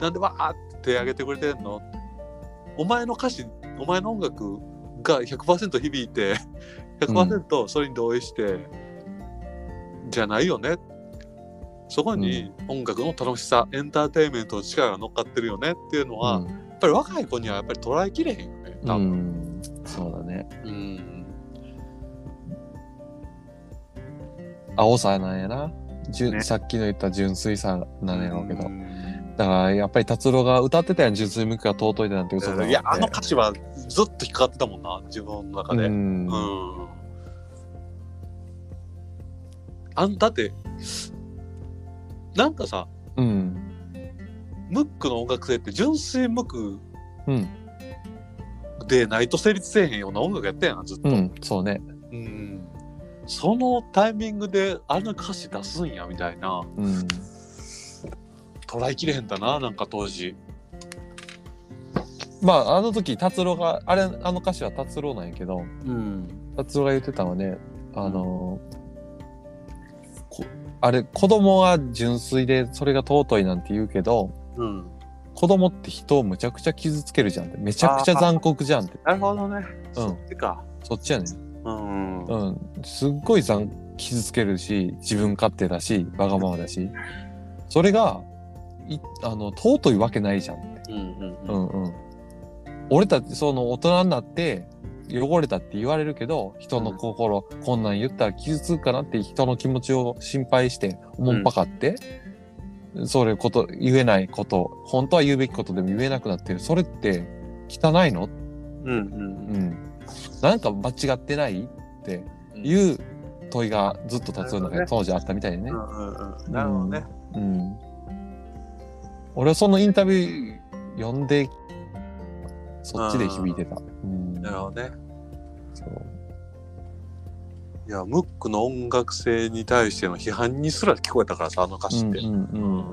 Speaker 2: なんでわーって手挙げてくれてんのお前の歌詞、お前の音楽が100%響いて、100%それに同意して、じゃないよね。そこに音楽の楽しさ、エンターテインメントの力が乗っかってるよねっていうのは、やっぱり若い子にはやっぱり捉えきれへんよね。
Speaker 1: う
Speaker 2: 多分
Speaker 1: ん。そうだね。
Speaker 2: うん。
Speaker 1: 青さなんやな。純
Speaker 3: ね
Speaker 1: さっきの言った純粋さなんやろうけど。
Speaker 3: ん
Speaker 1: だから、やっぱり達郎が歌ってたやん、純粋無垢が尊いでなんて嘘だ
Speaker 2: いや、あの歌詞はずっと引っかかってたもんな、自分の中で。
Speaker 1: うん。
Speaker 2: うんあんだってなんかさ
Speaker 1: うん。
Speaker 2: ムックの音楽性って純粋ムック
Speaker 1: うん
Speaker 2: でないと成立せえへんような音楽やったやんずっと、
Speaker 1: うん。そうね。
Speaker 2: うんそのタイミングであれの歌詞出すんやみたいな
Speaker 1: うん。
Speaker 2: 捉えきれへんだななんか当時
Speaker 1: まああの時達郎があれあの歌詞は達郎なんやけど
Speaker 2: うん。
Speaker 1: 達郎が言ってたのはねあのこあれ子供は純粋でそれが尊いなんて言うけど
Speaker 2: うん。
Speaker 1: 子供って人をむちゃくちゃ傷つけるじゃんってめちゃくちゃ残酷じゃんって
Speaker 2: なるほどね。
Speaker 1: うん
Speaker 2: そっちか。
Speaker 1: そっちやねん
Speaker 2: うん。うん。
Speaker 1: うん、すっごい残傷つけるし自分勝手だしわがままだしそれがいあの尊いわけないじゃんって、
Speaker 2: うん。
Speaker 1: う
Speaker 2: う
Speaker 1: ん
Speaker 2: ん。
Speaker 1: うん、俺たちその大人になって汚れたって言われるけど人の心、こんなん言ったら傷つくかなって人の気持ちを心配しておもんぱかって、それこと言えないこと本当は言うべきことでも言えなくなってるそれって汚いの
Speaker 2: うん。
Speaker 1: うん、なんか間違ってないっていう問いがずっと達夫の中で当時あったみたいでね
Speaker 2: う。ん。うん。なるほどね。
Speaker 1: うん、俺はそのインタビュー読んでそっちで響いてた。うん
Speaker 2: なるほどね。
Speaker 1: そう
Speaker 2: いや、ムックの音楽性に対しての批判にすら聞こえたからさ、あの歌
Speaker 1: う
Speaker 2: 詞っ
Speaker 1: ん
Speaker 2: て。
Speaker 1: う
Speaker 2: うん
Speaker 1: うん、
Speaker 2: ん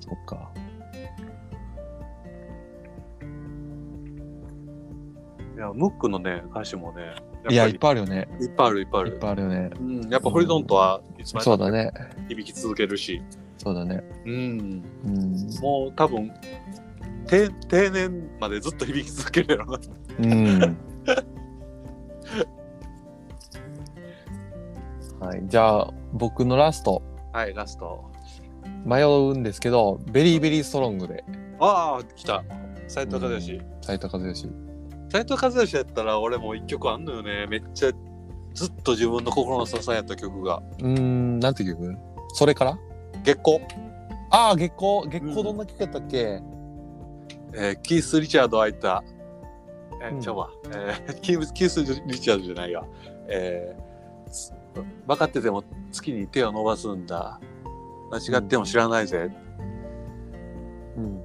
Speaker 1: そっか。
Speaker 2: いや、ムックのね、歌詞もね、
Speaker 1: い
Speaker 2: や
Speaker 1: や、
Speaker 2: っ
Speaker 1: いっぱ
Speaker 2: ぱ
Speaker 1: いあるよね。
Speaker 2: りいっぱいある、いっぱいあ
Speaker 1: いっ
Speaker 2: る。
Speaker 1: ぱいあるよね。
Speaker 2: うん、やっぱホリゾントはいつまで
Speaker 1: そ
Speaker 2: た
Speaker 1: う
Speaker 2: っても
Speaker 1: だね。
Speaker 2: 響き続けるし、
Speaker 1: そうだね。
Speaker 2: うん、
Speaker 1: うん。
Speaker 2: もう多分定定年までずっと響き続けるや
Speaker 1: (laughs)
Speaker 2: ろな。
Speaker 1: うん。はい。じゃあ、僕のラスト。
Speaker 2: はい、ラスト。
Speaker 1: 迷うんですけど、ベリーベリーストロングで、
Speaker 2: ああ、来た。斉藤和義。
Speaker 1: 斉藤和義。
Speaker 2: 斉藤和義やったら俺も一曲あんのよね。めっちゃずっと自分の心の支えやった曲が。
Speaker 1: うーん、なんていう曲それから
Speaker 2: 月光。
Speaker 1: ああ、月光、月
Speaker 2: う
Speaker 1: 光
Speaker 2: ん
Speaker 1: どんな曲やったっけ、
Speaker 2: えーキース・リチャード開いた、え
Speaker 1: う
Speaker 2: ー、
Speaker 1: ん
Speaker 2: ちゃうわ、えーキーキース・リチャードじゃないわ、えーつ分かってても月に手を伸ばすんだ。間違っても知らないぜ。
Speaker 1: うん、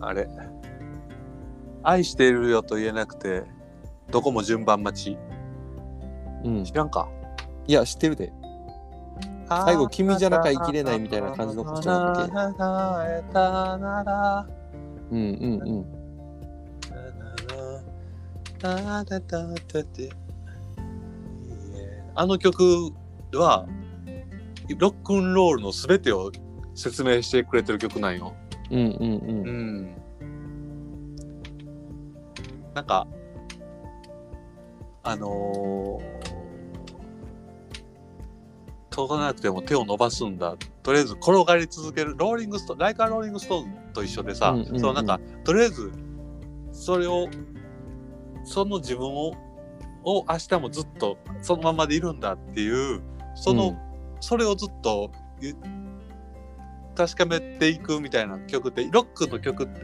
Speaker 2: あれ。愛しているよと言えなくて、どこも順番待ち。
Speaker 1: うん。
Speaker 2: 知らんか。
Speaker 1: いや、知ってるで。最後君じゃなきゃ生きれないみたいな感じの歌詞じゃなかったっけ
Speaker 2: っけ
Speaker 1: うんうん
Speaker 2: あの曲はロックンロールの全てを説明してくれてる曲なんよ。
Speaker 1: うん。うんうんうん。
Speaker 2: ん。なんか、あのー、届かなくても手を伸ばすんだ。とりあえず転がり続ける。ローリングストーン、ライカーローリングストーンと一緒でさ、
Speaker 1: うんうんうん
Speaker 2: そのなんか、とりあえず、それを、その自分を、を明日もずっとそのままでいるんだっていう、その、
Speaker 1: うん
Speaker 2: それをずっとゆ確かめていくみたいな曲ってロックの曲って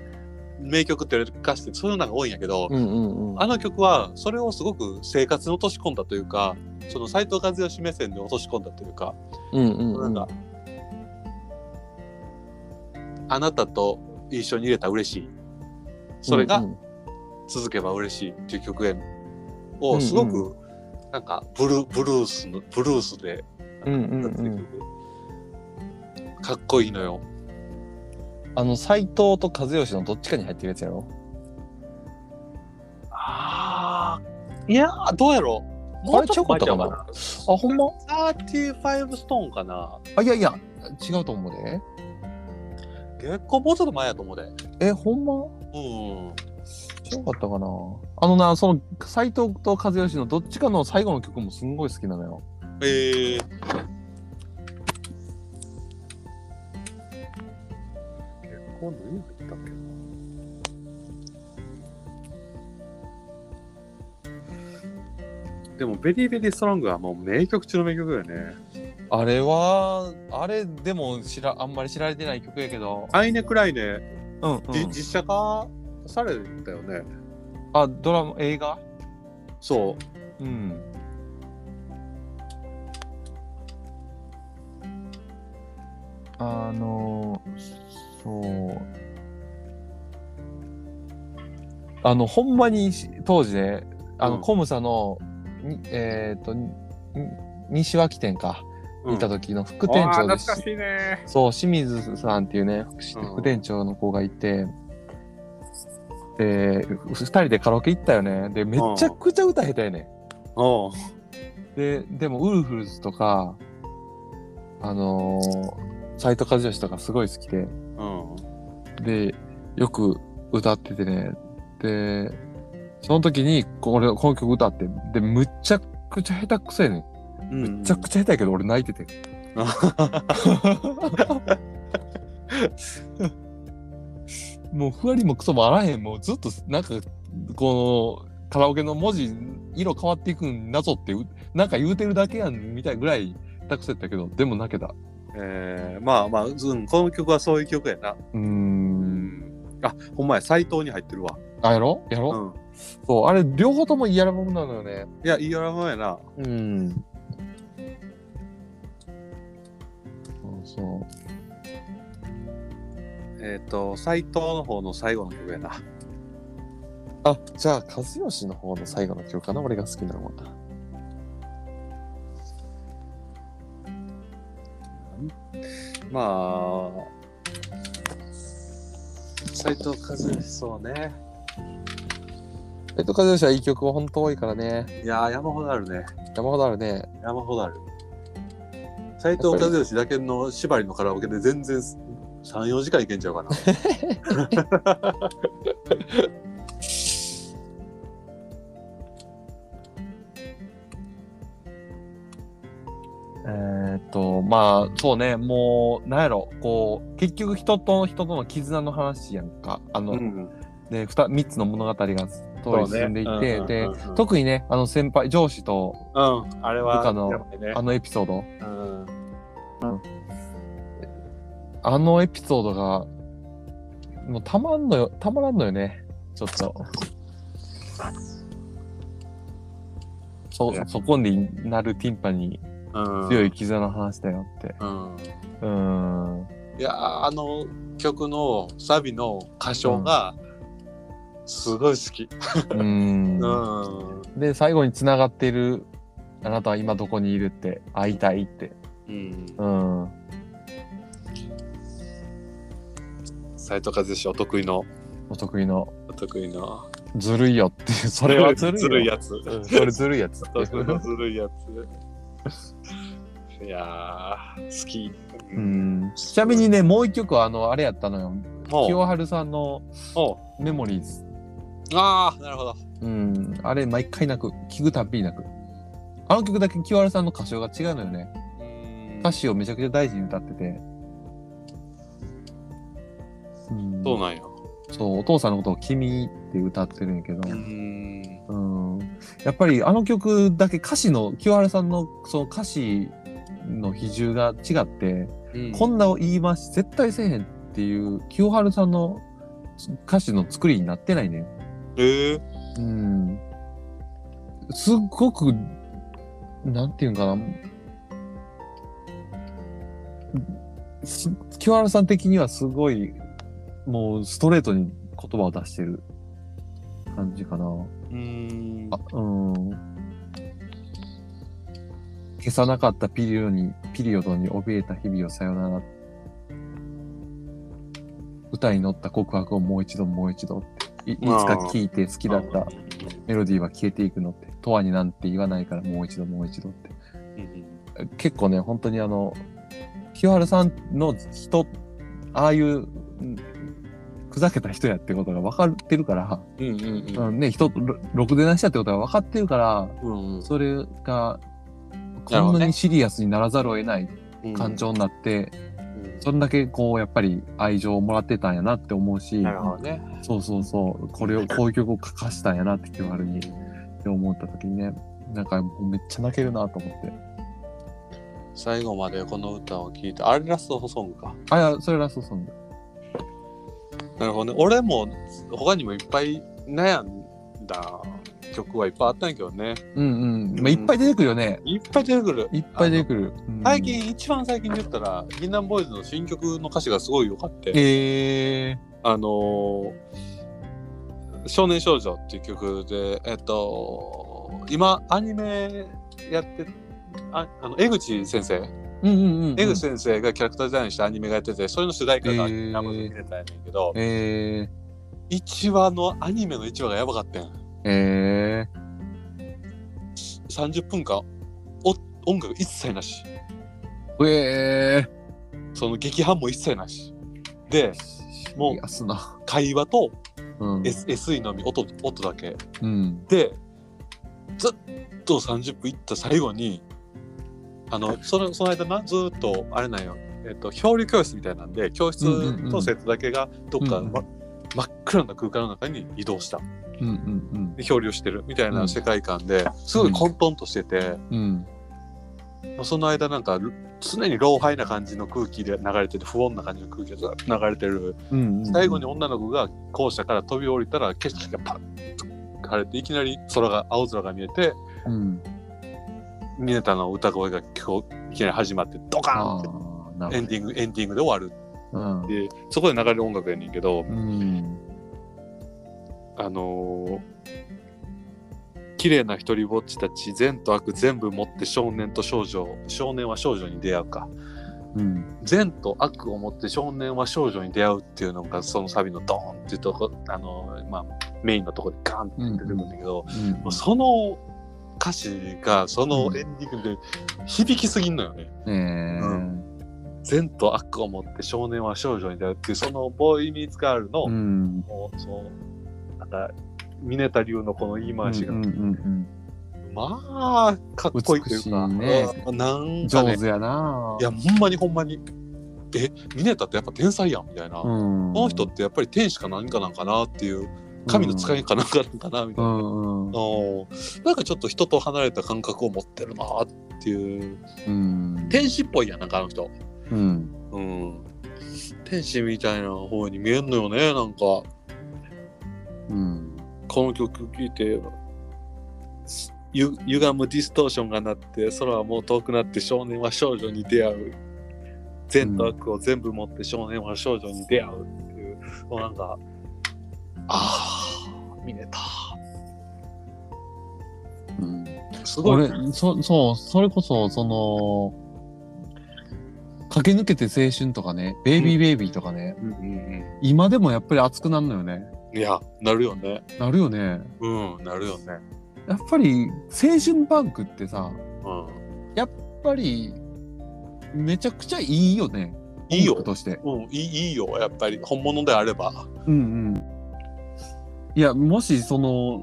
Speaker 2: 名曲って言われる歌詞ってそういうのが多いんやけど、
Speaker 1: うんうんうん。
Speaker 2: あの曲はそれをすごく生活に落とし込んだというかその斎藤和義目線で落とし込んだというか、
Speaker 1: うんうんう
Speaker 2: なん
Speaker 1: ん。
Speaker 2: かあなたと一緒に入れたら嬉しいそれ
Speaker 1: う
Speaker 2: が
Speaker 1: んうん
Speaker 2: 続けば嬉しいっていう曲へをすご
Speaker 1: う
Speaker 2: くなんかブルブルースのブルースで
Speaker 1: うんうんうん
Speaker 2: なんていう曲かっこいいのよ。
Speaker 1: あの、斎藤と和義のどっちかに入ってるやつやろ
Speaker 2: ああ、いやー、どうやろう。
Speaker 1: あれチョコとかな
Speaker 2: な。
Speaker 1: あ、ほんま
Speaker 2: サーティファイブストーンかな。
Speaker 1: あ、いやいや、違うと思うで。
Speaker 2: 結構もうちょっと前やと思うで。
Speaker 1: え、ほんま
Speaker 2: うん。
Speaker 1: 違かったかなあのな、その、斎藤と和義のどっちかの最後の曲もすんごい好きなのよ。
Speaker 2: ええー。結構何入ったっけな。でも、ベリーベリーストロングはもう名曲中の名曲だよね。
Speaker 1: あれは、あれでも知ら、あんまり知られてない曲やけど。
Speaker 2: アイネクライネ、
Speaker 1: うん、うん
Speaker 2: じ実写化されたよね。
Speaker 1: あ、ドラマ、映画
Speaker 2: そう。
Speaker 1: うん。あの、そう。あの、ほんまにし当時ね、あの、
Speaker 2: うん
Speaker 1: コムサの、にえっ、と、にに西脇店か。
Speaker 2: うん
Speaker 1: いた時の副
Speaker 3: あ
Speaker 1: 店
Speaker 3: あ
Speaker 1: 長
Speaker 3: ー
Speaker 1: です
Speaker 3: 懐かしいね。
Speaker 1: そう清水さんっていうね副
Speaker 3: うん
Speaker 1: 副店長の子がいて、で2人でカラオケ行ったよねでめちゃくちゃ歌下手やね、
Speaker 2: お
Speaker 1: ん、ででもウルフルズとかあのー、斎藤和義とかすごい好きで
Speaker 2: うん。
Speaker 1: でよく歌っててねでその時にこれこの曲歌ってでむちゃくちゃ下手くそやねん
Speaker 2: うん。
Speaker 1: めちゃくちゃ下手やけど俺泣いててもうふわりもクソもあらへんもうずっとなんかこのカラオケの文字色変わっていくんなぞってうなんか言うてるだけやんみたいぐらい下手くそやったけどでも泣けた
Speaker 2: えー、まあまあ、うん、この曲はそういう曲やな。
Speaker 1: うー
Speaker 2: うんん。あ、ほんまや、斎藤に入ってるわ。
Speaker 1: あやろやろ、
Speaker 2: うん。
Speaker 1: そうあれ両方ともいいアルバムなのよね
Speaker 2: いや、いいアルバムやな。
Speaker 1: うん。そうそ
Speaker 2: えっ、と、斎藤の方の最後の曲やな。
Speaker 1: う。あ、じゃあ、和義の方の最後の曲かな俺が好きなのは。
Speaker 2: まあ、斎藤和義そうね。
Speaker 1: えっと、和義はいい曲は本当多いからね。
Speaker 2: いやー、山ほどあるね。
Speaker 1: 山ほどあるね。
Speaker 2: 山ほどある。斎藤和義だけの縛りのカラオケで全然3、4時間いけんちゃう
Speaker 1: (laughs)
Speaker 2: かな。
Speaker 1: えーっと、まあ、そうね、もう、なんやろ、こう、結局人と人との絆の話やんか。あの、
Speaker 2: ん。
Speaker 1: で、二三つの物語が通り進んでい
Speaker 2: そう
Speaker 1: て、
Speaker 2: ねうん
Speaker 1: で
Speaker 2: うんうんう、ん
Speaker 1: 特にね、あの先輩、上司と
Speaker 2: うん、あれは、
Speaker 1: 部下の
Speaker 2: やばいね
Speaker 1: あのエピソード、
Speaker 2: うん
Speaker 1: あのエピソードが、もうたまんのよ、たまらんのよね。ちょっと。そ、そこになるティンパに
Speaker 2: うん
Speaker 1: 強い絆の話だよって。
Speaker 2: うん
Speaker 1: うーん。
Speaker 2: いやーあの曲のサビの歌唱がすごい好き。
Speaker 1: うん
Speaker 2: う。ん。
Speaker 1: で、最後に繋がっている、あなたは今どこにいるって、会いたいって。
Speaker 2: うん。
Speaker 1: うん。
Speaker 2: 斉藤和義お得意の
Speaker 1: お得意の、
Speaker 2: お得意の。
Speaker 1: ずるいよっていう、それはずるいよ。
Speaker 2: ずるいや
Speaker 1: (laughs) う
Speaker 2: つ。
Speaker 1: ん (laughs) それずるいやつ。
Speaker 2: 得意のずるいやつ。いやー好き。
Speaker 1: う。ん。ちなみにね、もう一曲、あの、あれやったのよ。
Speaker 2: おう
Speaker 1: 清春さんの
Speaker 2: おう
Speaker 1: メモリーズ。
Speaker 2: ああなるほど。
Speaker 1: うん、あれ毎回泣く。聞くたび泣く。あの曲だけ清原さんの歌唱が違うのよね。
Speaker 2: うん
Speaker 1: 歌詞をめちゃくちゃ大事に歌ってて。うん、
Speaker 2: そうなんや。
Speaker 1: そうお父さんのことを君って歌ってるんやけど、
Speaker 2: うん。
Speaker 1: うん、やっぱりあの曲だけ歌詞の、清原さんのその歌詞の比重が違って、こんな言い回し絶対せえへんっていう清原さんの歌詞の作りになってないね。
Speaker 2: えー、
Speaker 1: うんすっごく、なんていうんかな。す清原さん的にはすごい、もうストレートに言葉を出してる感じかな。
Speaker 2: うん
Speaker 1: あうん。消さなかったピリオドに、ピリオドに怯えた日々をさよなら。歌に乗った告白をもう一度もう一度って。いいつか聴いて好きだったメロディーは消えていくのって、とわになんて言わないからもう一度もう一度って。
Speaker 2: うん
Speaker 1: 結構ね、本当にあの、清原さんの人、ああいう、んふざけた人やってことが分かってるから、
Speaker 2: うんうん
Speaker 1: うんね、人、ろろくでなしやってことが分かってるから、
Speaker 2: うん
Speaker 1: それが、
Speaker 2: なる
Speaker 1: こ
Speaker 2: ほ
Speaker 1: ん
Speaker 2: どね
Speaker 1: なにシリアスにならざるを得ない
Speaker 2: うん
Speaker 1: 感情になって、
Speaker 2: うん
Speaker 1: そんだけこう、やっぱり愛情をもらってたんやなって思うし、
Speaker 2: なるほどね。
Speaker 1: そうそうそう、これを、こういう曲を書かしたんやなって清原に。って思った時にねなんかもうめっちゃ泣けるなと思って
Speaker 2: 最後までこの歌を聴いて、あれラストソングか。
Speaker 1: あいやそれラストソング
Speaker 2: なるほどね。俺も他にもいっぱい悩んだ曲はいっぱいあったんやけどね。
Speaker 1: うんうん、まあ、いっぱい出てくるよね
Speaker 2: いっぱい出てくる。
Speaker 1: いっぱい出てくる、うん
Speaker 2: 最近、一番最近で言ったら、銀杏ボーイズの新曲の歌詞がすごい良かった。
Speaker 1: えー、
Speaker 2: あのー少年少女っていう曲で、えっと、今、アニメやって、ああの江口先生
Speaker 1: うんうんうんうん。
Speaker 2: 出口先生がキャラクターデザインしたアニメがやっててそれの主題歌が
Speaker 1: へー
Speaker 2: 山崎出たやねんけど、
Speaker 1: え
Speaker 2: 一1話のアニメの1話がやばかったやん
Speaker 1: ー、え
Speaker 2: 30分間お音楽一切なし
Speaker 1: ー、えー、
Speaker 2: その劇伴も一切なしでもう
Speaker 1: 安すな。
Speaker 2: 会話と
Speaker 1: うん。
Speaker 2: S- SE のみ音音だけ
Speaker 1: うん。
Speaker 2: でずっと30分いった最後にあのそのその間なずーっとあれなんよ、えっと表裏教室みたいなんで教室の生徒だけがどっか、
Speaker 1: うんうん
Speaker 2: ま真っ暗な空間の中に移動した
Speaker 1: うんうん
Speaker 2: で漂流してるみたい
Speaker 1: うん
Speaker 2: な世界観ですごい混沌としてて、
Speaker 1: うん。うん。
Speaker 2: まあその間なんか常に老廃な感じの空気で流れてて不穏な感じの空気が流れてる
Speaker 1: うん、うん。
Speaker 2: 最後に。女の子が校舎から飛び降りたら景色がパッと晴れていきなり空が青空が見えて
Speaker 1: うん。
Speaker 2: ミネタの歌声が聞こういきなり始まってドカ
Speaker 1: あ
Speaker 2: ーンっ
Speaker 1: あ、な
Speaker 2: てエン
Speaker 1: る
Speaker 2: ディングエンディングで終わ
Speaker 1: ほ
Speaker 2: る
Speaker 1: ど。
Speaker 2: っていうそこで流れる音楽やねんけ
Speaker 1: う
Speaker 2: ど
Speaker 1: ん。
Speaker 2: あのー綺麗な一人ぼっちたち善と悪全部持って少年と少女少年は少女に出会うか
Speaker 1: うん。
Speaker 2: 善と悪を持って少年は少女に出会うっていうのがそのサビのドーンっていうとこあのーまあメインのとこでガーンって出てくるんだけど、
Speaker 1: うん
Speaker 2: もうその歌詞がそのエンディングで響きすぎんのよね。
Speaker 1: えー。
Speaker 2: 善と悪を持って少年は少女に出会うっていうそのボーイミーツガールの、
Speaker 1: うん。
Speaker 2: もうそうなんかミネタ流のこの言い回しが、
Speaker 1: うんうん
Speaker 2: まあかっこいいというか、
Speaker 1: 美しいね
Speaker 2: うんなん
Speaker 1: うん、
Speaker 2: かね
Speaker 1: 上手やない
Speaker 2: やほんまにほんまにえミネタってやっぱ天才やんみたいな、
Speaker 1: う
Speaker 2: こ
Speaker 1: ん、
Speaker 2: の人ってやっぱり天使か何かなんかなっていう神の使いかなんかなんかなみた
Speaker 1: う
Speaker 2: いな、
Speaker 1: んうん
Speaker 2: あのなんかちょっと人と離れた感覚を持ってるなっていう
Speaker 1: うん
Speaker 2: 天使っぽいやんなんかあの人
Speaker 1: うん
Speaker 2: うん、天使みたいな方に見えるのよねなんかこ
Speaker 1: うん
Speaker 2: の曲聴いてすゆ歪むディストーションがなって空はもう遠くなって少年は少女に出会う善と悪を全部持って少年は少女に出会うっていう、もうなんかああ見れた
Speaker 1: うん
Speaker 2: すご
Speaker 1: 俺
Speaker 2: い
Speaker 1: そそうそれこそその駆け抜けて青春とかねベイビーベイビーとかね、
Speaker 3: うんうん
Speaker 1: 今でもやっぱり熱くなるのよね
Speaker 2: いやなるよね
Speaker 1: なるよね
Speaker 2: うんなるよね
Speaker 1: やっぱり青春パンクってさ
Speaker 2: うん
Speaker 1: やっぱりめちゃくちゃいいよね
Speaker 2: いいよ
Speaker 1: 音楽として
Speaker 2: うんいいいいよやっぱり本物であれば
Speaker 1: うんうんいやもしその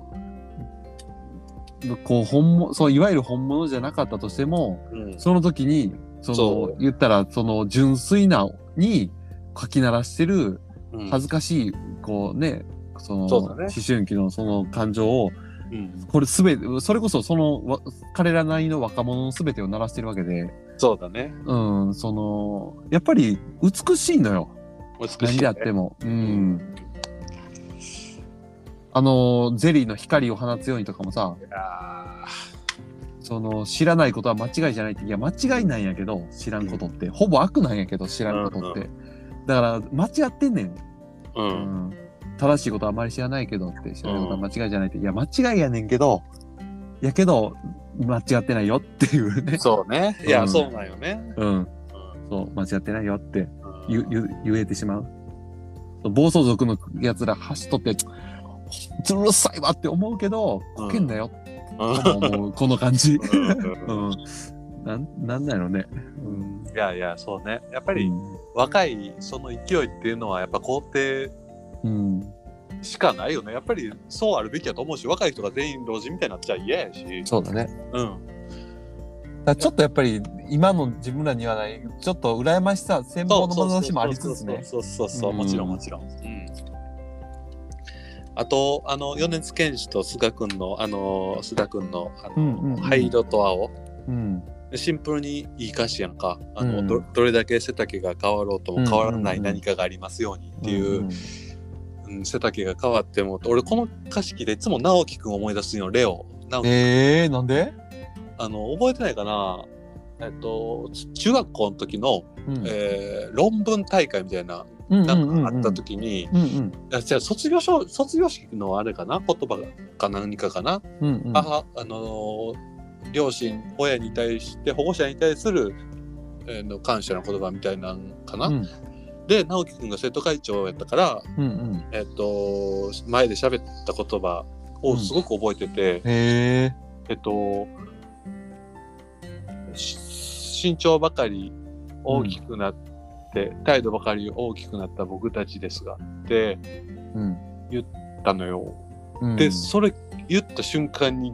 Speaker 1: こう本物そういわゆる本物じゃなかったとしても、
Speaker 2: うん
Speaker 1: その時に、その、
Speaker 2: そ
Speaker 1: 言ったら、その、純粋な、に、かき鳴らしてる、
Speaker 2: うん
Speaker 1: 恥ずかしい、こうね、その、
Speaker 2: そうだ
Speaker 1: 思
Speaker 2: ね
Speaker 1: 春期のその感情を、
Speaker 2: うん
Speaker 1: これすべて、それこそその、わ彼らなりの若者のすべてを鳴らしてるわけで、
Speaker 2: そうだね
Speaker 1: うん、その、やっぱり美しいのよ。
Speaker 2: 美しいね
Speaker 1: 何であっても。うん。あの、ゼリーの光を放つようにとかもさ、
Speaker 2: あ
Speaker 1: その知らないことは間違いじゃないっていや間違いなんやけど知らんことって、ほぼ悪なんやけど知らんことって、だから間違ってんねん、
Speaker 2: ーう、
Speaker 1: うんん、正しいことはあまり知らないけどって知らないことは間違いじゃないって、いや間違いやねんけどやけど間違ってないよっていうね、
Speaker 2: そうね。いや、
Speaker 1: うん
Speaker 2: そうなんよね。
Speaker 1: うん、
Speaker 2: うん
Speaker 1: そう間違ってないよって
Speaker 2: う
Speaker 1: 言
Speaker 2: ん
Speaker 1: 言言えてしまうそう暴走族のやつら走っとってずるさいわって思うけどこけんなよって思う、この感じ
Speaker 2: うん
Speaker 1: うん、なんなんだろうね。うん。
Speaker 2: いやいや、そうね。やっぱ
Speaker 1: や
Speaker 2: り若いその勢いっていうのはやっぱ肯定
Speaker 1: うん、
Speaker 2: しかないよね。やっぱりそうあるべきだと思うし、若い人が全員老人みたいになっちゃ嫌やし。
Speaker 1: そうだね。
Speaker 2: うん。
Speaker 1: だからちょっとやっぱり今の自分らにはないちょっと羨ましさ羨望の眼差しもありつつね。
Speaker 2: そうそうそうそう、
Speaker 1: うん
Speaker 2: もちろんもちろん。うんあと、あの、米津玄師と菅君の、あの、須田君の、あの、
Speaker 1: うんうんうん
Speaker 2: 灰色と青。
Speaker 1: うん。
Speaker 2: シンプルにいい歌詞やんかあの、
Speaker 1: うん
Speaker 2: どどれだけ背丈が変わろうとも変わらな
Speaker 1: うんうんう
Speaker 2: い
Speaker 1: ん
Speaker 2: 何かがありますようにっていう、
Speaker 1: ん
Speaker 2: うん背丈が変わっても俺この歌詞聞いていつも直樹くんを思い出すのよレオ直樹
Speaker 1: ええー、なんで？
Speaker 2: あの覚えてないかなえっと中学校の時の、
Speaker 1: うん
Speaker 2: えー論文大会みたいな
Speaker 1: うんうん
Speaker 2: なん
Speaker 1: うん
Speaker 2: かあった。時に、
Speaker 1: うんうん
Speaker 2: あじゃあ卒業証卒業式のあれかな言葉か何かかな
Speaker 1: うんうん。
Speaker 2: 母あのー両親親に対して保護者に対するえーの感謝の言葉みたいなんかな。
Speaker 1: うん
Speaker 2: で直樹くんが生徒会長やったから、
Speaker 1: うんうん。
Speaker 2: えっと前で喋った言葉をすごく覚えてて、
Speaker 1: へえ。
Speaker 2: えっとし身長ばかり大きくなって、態度ばかり大きくなった僕たちですがって
Speaker 1: うん。
Speaker 2: 言ったのよ。
Speaker 1: うん
Speaker 2: でそれ言った瞬間に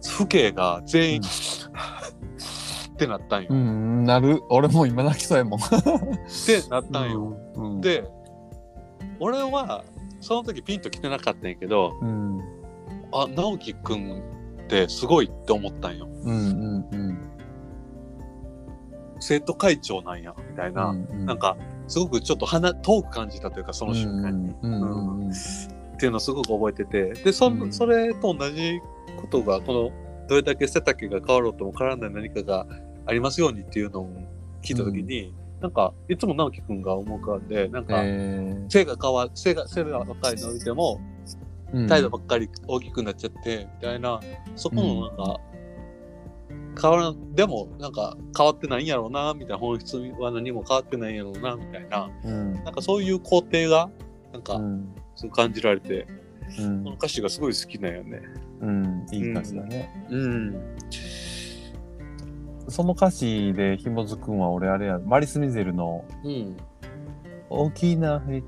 Speaker 2: 父兄が全員、ってなったんよ。
Speaker 1: うん、なる。俺もう今泣きそうやもん。
Speaker 2: ってなったんよ。
Speaker 1: うん。
Speaker 2: で俺はその時ピンと来てなかったんやけど
Speaker 1: うん、
Speaker 2: あ直樹くんってすごいって思ったんよ
Speaker 1: うん、うん、うん。
Speaker 2: 生徒会長なんやみたいな、
Speaker 1: うん
Speaker 2: なん、かすごくちょっと鼻遠く感じたというかその瞬間に、
Speaker 1: に。うん、うん、うん。
Speaker 2: っていうのをすごく覚えててでそ,、
Speaker 1: うん
Speaker 2: それと同じことがこのどれだけ背丈が変わろうとも変わらない何かがありますようにっていうのを聞いた時に、なんかいつも直樹くんが思うかんでなんか、
Speaker 1: え
Speaker 2: 背が変わ背が背が若いのを見ても
Speaker 1: ー
Speaker 2: 態度ばっかり大きくなっちゃってみたいなそこもなんか、変わらんでもなんか変わってないんやろうなみたいな本質は何も変わってないんやろうなみたいな
Speaker 1: うん。
Speaker 2: なんかそういう工程がなんか
Speaker 1: うん。
Speaker 2: そう感じられて、
Speaker 1: うん
Speaker 2: この歌詞がすごい好きなんよね。
Speaker 1: うん、いい歌詞だね。
Speaker 2: うん、
Speaker 1: その歌詞で紐づくんは俺あれや、マリス・ミゼルの
Speaker 2: うん、
Speaker 1: 大きな壁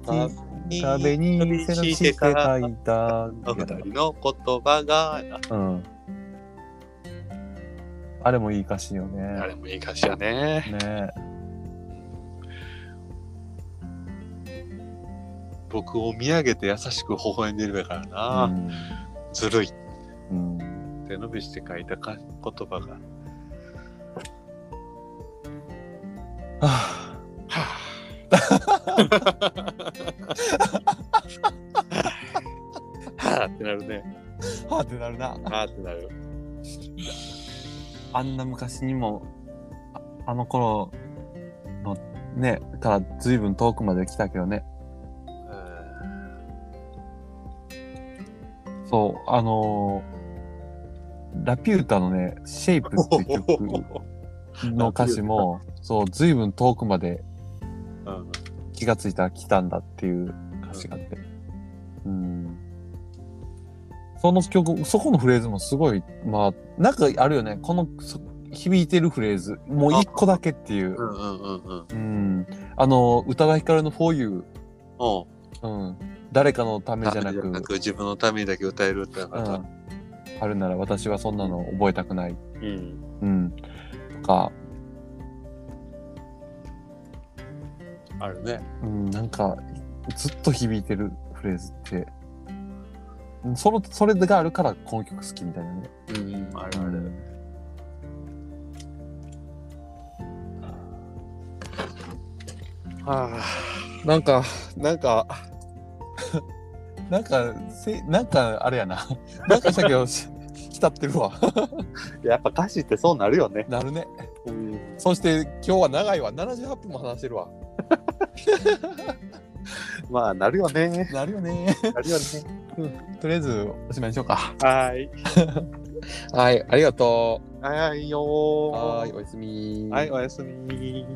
Speaker 2: に
Speaker 1: 壁に背のして書いた。
Speaker 2: お二人の言葉が
Speaker 1: うん。あれもいい歌詞よね。
Speaker 2: あれもいい歌詞やね。
Speaker 1: ね
Speaker 2: 僕を見上げて優しく微笑んでるやからな、
Speaker 1: うん
Speaker 2: ずるい
Speaker 1: うん。
Speaker 2: 手伸びして書いたか言葉が。
Speaker 1: はあ
Speaker 2: はぁってなるね。
Speaker 1: はあってなるな。
Speaker 2: はぁってなる。
Speaker 1: あんな昔にも、ああの頃のね、から随分遠くまで来たけどね。そう、あのーラピュータのね、シェイプっていう (laughs) 曲の歌詞も、そう、随分遠くまで
Speaker 2: うん
Speaker 1: 気がついたら来たんだっていう歌詞があって。うん。その曲、そこのフレーズもすごい、まあ、なんかあるよね。この、そ響いてるフレーズ、もう一個だけっていう。
Speaker 2: うんうんうんうん。
Speaker 1: うん。あの、宇多田ヒカルの For You、
Speaker 2: お
Speaker 1: うん。誰かのためじ
Speaker 2: じ
Speaker 1: ゃ
Speaker 2: ゃ
Speaker 1: な
Speaker 2: な
Speaker 1: く、
Speaker 2: く自分のためにだけ歌えるってな
Speaker 1: うん
Speaker 2: か、。
Speaker 1: あるなら私はそんなの覚えたくない。
Speaker 2: うん、
Speaker 1: うん。とか、
Speaker 2: あるね。
Speaker 1: うん、なんか、ずっと響いてるフレーズって、うんその、それがあるからこの曲好きみたいなね。
Speaker 2: うん、あるあ
Speaker 1: う
Speaker 2: る。
Speaker 1: ん
Speaker 2: はあ、
Speaker 1: なんか、なんか、なんか、せなんか、あれやな。 (laughs) なんかしたけど、 (laughs) し浸ってるわ。 (laughs)
Speaker 2: やっぱ歌詞ってそうなるよね。
Speaker 1: なるね。
Speaker 2: うん、
Speaker 1: そして、今日は長いわ。78分も話してるわ。
Speaker 2: まあなるよね。
Speaker 1: なるよね。
Speaker 2: なるよね。
Speaker 1: (laughs) とりあえず、おしまいにしようか。
Speaker 2: (laughs) はい。
Speaker 1: はい、ありがと
Speaker 2: はいよ
Speaker 1: う。
Speaker 2: ー
Speaker 1: はい、おやすみ。
Speaker 2: はい、おやすみ。